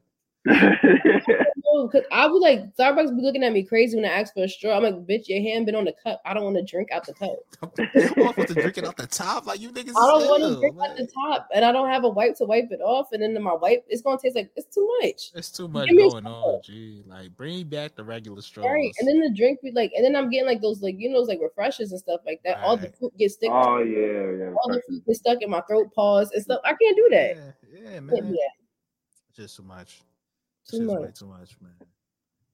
[SPEAKER 3] No, because I was like, Starbucks be looking at me crazy when I ask for a straw. I'm like, bitch, your hand been on the cup. I don't want to drink out the cup.
[SPEAKER 2] I'm supposed to drink it off the top. Like you niggas.
[SPEAKER 3] I don't
[SPEAKER 2] is
[SPEAKER 3] want
[SPEAKER 2] ill,
[SPEAKER 3] to drink out
[SPEAKER 2] like,
[SPEAKER 3] the top, and I don't have a wipe to wipe it off. And then my wipe, it's gonna taste like it's too much,
[SPEAKER 2] It's too much
[SPEAKER 3] Give me a
[SPEAKER 2] going
[SPEAKER 3] straw.
[SPEAKER 2] on, G. Like bring back the regular straws.
[SPEAKER 3] right? And then the drink be like, and then I'm getting like those like you know those like refreshers and stuff like that. All the
[SPEAKER 2] Right.
[SPEAKER 3] fruit gets stuck.
[SPEAKER 4] oh yeah, yeah.
[SPEAKER 3] all the
[SPEAKER 4] perfect.
[SPEAKER 3] food gets stuck in my throat, pause and stuff. I can't do that.
[SPEAKER 2] yeah, yeah,
[SPEAKER 3] I can't do
[SPEAKER 2] man.
[SPEAKER 3] that.
[SPEAKER 2] It's just too much. It's
[SPEAKER 3] Too
[SPEAKER 2] just
[SPEAKER 3] much.
[SPEAKER 2] way too much, man. But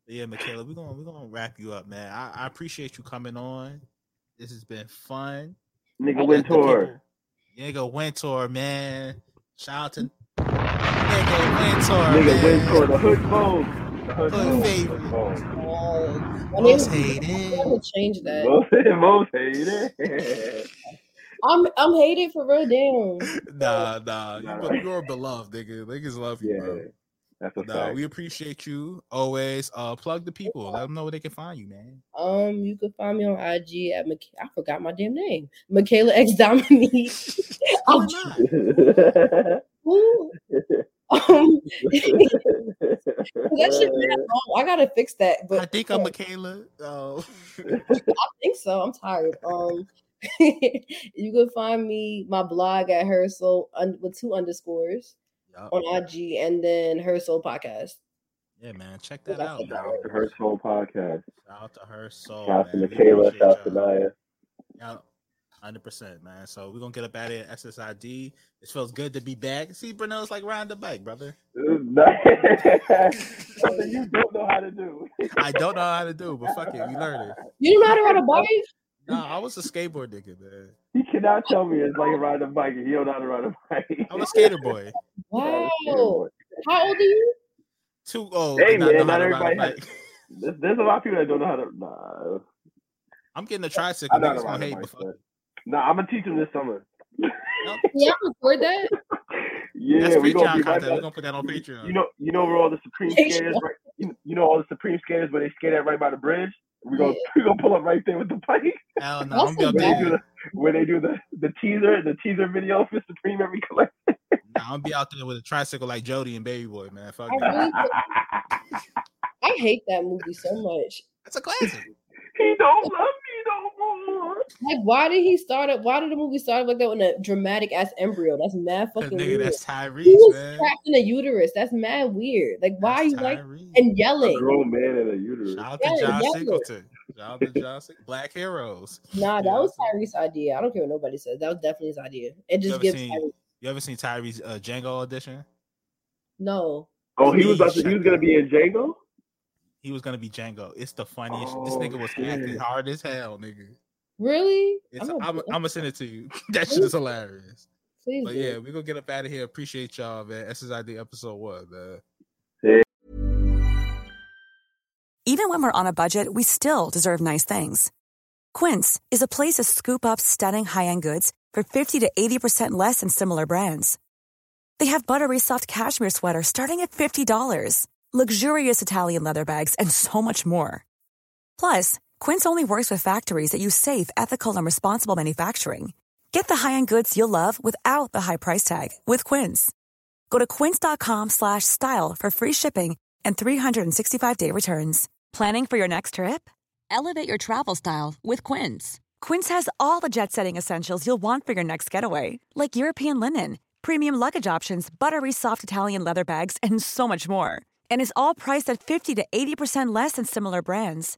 [SPEAKER 2] yeah, Michaela, we're gonna we're gonna wrap you up, man. I, I appreciate you coming on. This has been fun. Let
[SPEAKER 4] Nigga
[SPEAKER 2] the
[SPEAKER 4] Wintour.
[SPEAKER 2] people- Nigga Wintour, man. Shout out to Nigga Wintour.
[SPEAKER 4] Nigga
[SPEAKER 2] man.
[SPEAKER 4] Wintour. The hood vogue. The
[SPEAKER 2] Hood
[SPEAKER 4] hood vogue.
[SPEAKER 2] favorite.
[SPEAKER 4] Hood vogue.
[SPEAKER 3] Uh, my name
[SPEAKER 2] Most
[SPEAKER 3] is- I'm gonna
[SPEAKER 2] hated.
[SPEAKER 3] change that.
[SPEAKER 4] Most, most hated.
[SPEAKER 3] I'm I'm hated for real, damn.
[SPEAKER 2] Nah, nah.
[SPEAKER 4] Nah,
[SPEAKER 2] You,
[SPEAKER 4] nah.
[SPEAKER 2] you're beloved, nigga. Niggas love you,
[SPEAKER 4] yeah,
[SPEAKER 2] bro.
[SPEAKER 4] that's a
[SPEAKER 2] Nah,
[SPEAKER 4] fact.
[SPEAKER 2] we appreciate you always. Uh, plug the people. Let them know where they can find you, man.
[SPEAKER 3] Um, you can find me on IG at Mik- I forgot my damn name, Michaela X Dominique.
[SPEAKER 2] Why
[SPEAKER 3] I'm
[SPEAKER 2] not?
[SPEAKER 3] cool. Um, that shit mad long. I gotta fix that, but
[SPEAKER 2] I think I'm Michaela. Oh,
[SPEAKER 3] I think so. I'm tired. Um, you can find me my blog at her soul un- with two underscores
[SPEAKER 2] Yup.
[SPEAKER 3] on IG, and then her soul podcast.
[SPEAKER 2] yeah, man. Check that out.
[SPEAKER 4] Shout
[SPEAKER 2] man.
[SPEAKER 4] out to her soul podcast.
[SPEAKER 2] Shout out to her soul.
[SPEAKER 4] Shout out to
[SPEAKER 2] Oh, man. We
[SPEAKER 4] Michaela.
[SPEAKER 2] appreciate
[SPEAKER 4] Shout out to
[SPEAKER 2] y'all.
[SPEAKER 4] Naya.
[SPEAKER 2] Yeah, hundred percent, man. So we're gonna get up out of here. SSID. It feels good to be back. See, Brunel's like riding the bike, brother.
[SPEAKER 4] Something you don't know how to do.
[SPEAKER 2] I don't know how to do, but fuck it, we learned it.
[SPEAKER 3] You don't know how to ride a bike?
[SPEAKER 2] Nah, I was a skateboard nigga, man.
[SPEAKER 4] He cannot tell me it's like riding a bike. and He don't know how to ride a bike.
[SPEAKER 2] I'm a skater boy.
[SPEAKER 3] Wow. How old are you?
[SPEAKER 2] Too old.
[SPEAKER 4] Hey,
[SPEAKER 2] to not
[SPEAKER 4] man,
[SPEAKER 2] know how
[SPEAKER 4] not
[SPEAKER 2] to ride a
[SPEAKER 4] everybody-
[SPEAKER 2] bike.
[SPEAKER 4] There's, there's a lot of people that don't know how to. Nah,
[SPEAKER 2] I'm getting a tricycle.
[SPEAKER 4] I know how to
[SPEAKER 2] Niggas
[SPEAKER 4] ride
[SPEAKER 2] gonna
[SPEAKER 4] a
[SPEAKER 2] hate,
[SPEAKER 4] bike.
[SPEAKER 2] but fuck
[SPEAKER 4] but-
[SPEAKER 2] it.
[SPEAKER 4] Nah, I'm gonna teach them this summer.
[SPEAKER 2] Yup.
[SPEAKER 3] Yeah, I record that.
[SPEAKER 4] Yeah,
[SPEAKER 2] That's
[SPEAKER 4] we gonna be
[SPEAKER 2] Patreon content.
[SPEAKER 4] right
[SPEAKER 2] We're
[SPEAKER 4] back.
[SPEAKER 2] gonna put that on Patreon.
[SPEAKER 4] You know, you know where all the Supreme
[SPEAKER 3] Yeah.
[SPEAKER 4] skaters, right? You you know all the Supreme skaters where they skate at right by the bridge. We gonna we gonna pull up right there with the bike
[SPEAKER 2] Hell no, I'm
[SPEAKER 3] That's a
[SPEAKER 2] gonna be
[SPEAKER 3] bad-
[SPEAKER 2] out
[SPEAKER 4] where they
[SPEAKER 2] there.
[SPEAKER 4] do the where they do the the teaser the teaser video for Supreme every collect.
[SPEAKER 2] Nah, I'm gonna be out there with a tricycle like Jody and Baby Boy, man. Fuck
[SPEAKER 3] I
[SPEAKER 2] that.
[SPEAKER 3] really, I hate that movie so much.
[SPEAKER 2] That's a classic.
[SPEAKER 4] He don't love me no more.
[SPEAKER 3] Like, why did he start up? Why did the movie start up like that with a dramatic ass embryo? That's mad
[SPEAKER 2] Cause
[SPEAKER 3] fucking
[SPEAKER 2] nigga,
[SPEAKER 3] weird.
[SPEAKER 2] that's
[SPEAKER 3] He
[SPEAKER 2] Tyrese,
[SPEAKER 3] was
[SPEAKER 2] man.
[SPEAKER 3] trapped in a uterus. That's mad weird. Like, why are
[SPEAKER 2] That's
[SPEAKER 3] you like
[SPEAKER 2] Tyrese.
[SPEAKER 3] and
[SPEAKER 4] A
[SPEAKER 3] yelling?
[SPEAKER 4] grown man in a uterus.
[SPEAKER 2] Shout out
[SPEAKER 3] Yeah,
[SPEAKER 2] to John
[SPEAKER 3] yeah.
[SPEAKER 2] Singleton. Shout out to John Singleton. Black Heroes.
[SPEAKER 3] Nah, that
[SPEAKER 2] Yeah,
[SPEAKER 3] was
[SPEAKER 2] that's
[SPEAKER 3] Tyrese's idea. I don't care what nobody says. That was definitely his idea. It
[SPEAKER 2] You
[SPEAKER 3] just
[SPEAKER 2] ever
[SPEAKER 3] gives
[SPEAKER 2] seen-
[SPEAKER 3] Tyrese
[SPEAKER 2] You ever seen Tyrese uh, Django audition?
[SPEAKER 3] no.
[SPEAKER 4] Oh, he was about to, he was gonna be in Django.
[SPEAKER 2] He was gonna be Django. It's the funniest. shit.
[SPEAKER 4] Oh,
[SPEAKER 2] this nigga was acting
[SPEAKER 4] shit.
[SPEAKER 2] hard as hell, nigga.
[SPEAKER 3] Really?
[SPEAKER 2] It's,
[SPEAKER 3] I'm
[SPEAKER 2] I'm,
[SPEAKER 3] a-
[SPEAKER 2] I'm, gonna send it to you. that shit is hilarious.
[SPEAKER 3] Please
[SPEAKER 2] But
[SPEAKER 3] do.
[SPEAKER 2] yeah, we gonna get up out of here. Appreciate y'all, man. SSID episode one, man.
[SPEAKER 5] Even when we're on a budget, we still deserve nice things. Quince is a place to scoop up stunning high end goods for 50 to 80% less than similar brands. They have buttery soft cashmere sweaters starting at $50, luxurious Italian leather bags, and so much more. Plus, Quince only works with factories that use safe, ethical, and responsible manufacturing. Get the high-end goods you'll love without the high price tag with Quince. Go to quince.com slash style for free shipping and 365-day returns. Planning for your next trip? Elevate your travel style with Quince. Quince has all the jet-setting essentials you'll want for your next getaway, like European linen, premium luggage options, buttery soft Italian leather bags, and so much more. And is all priced at 50 to 80% less than similar brands.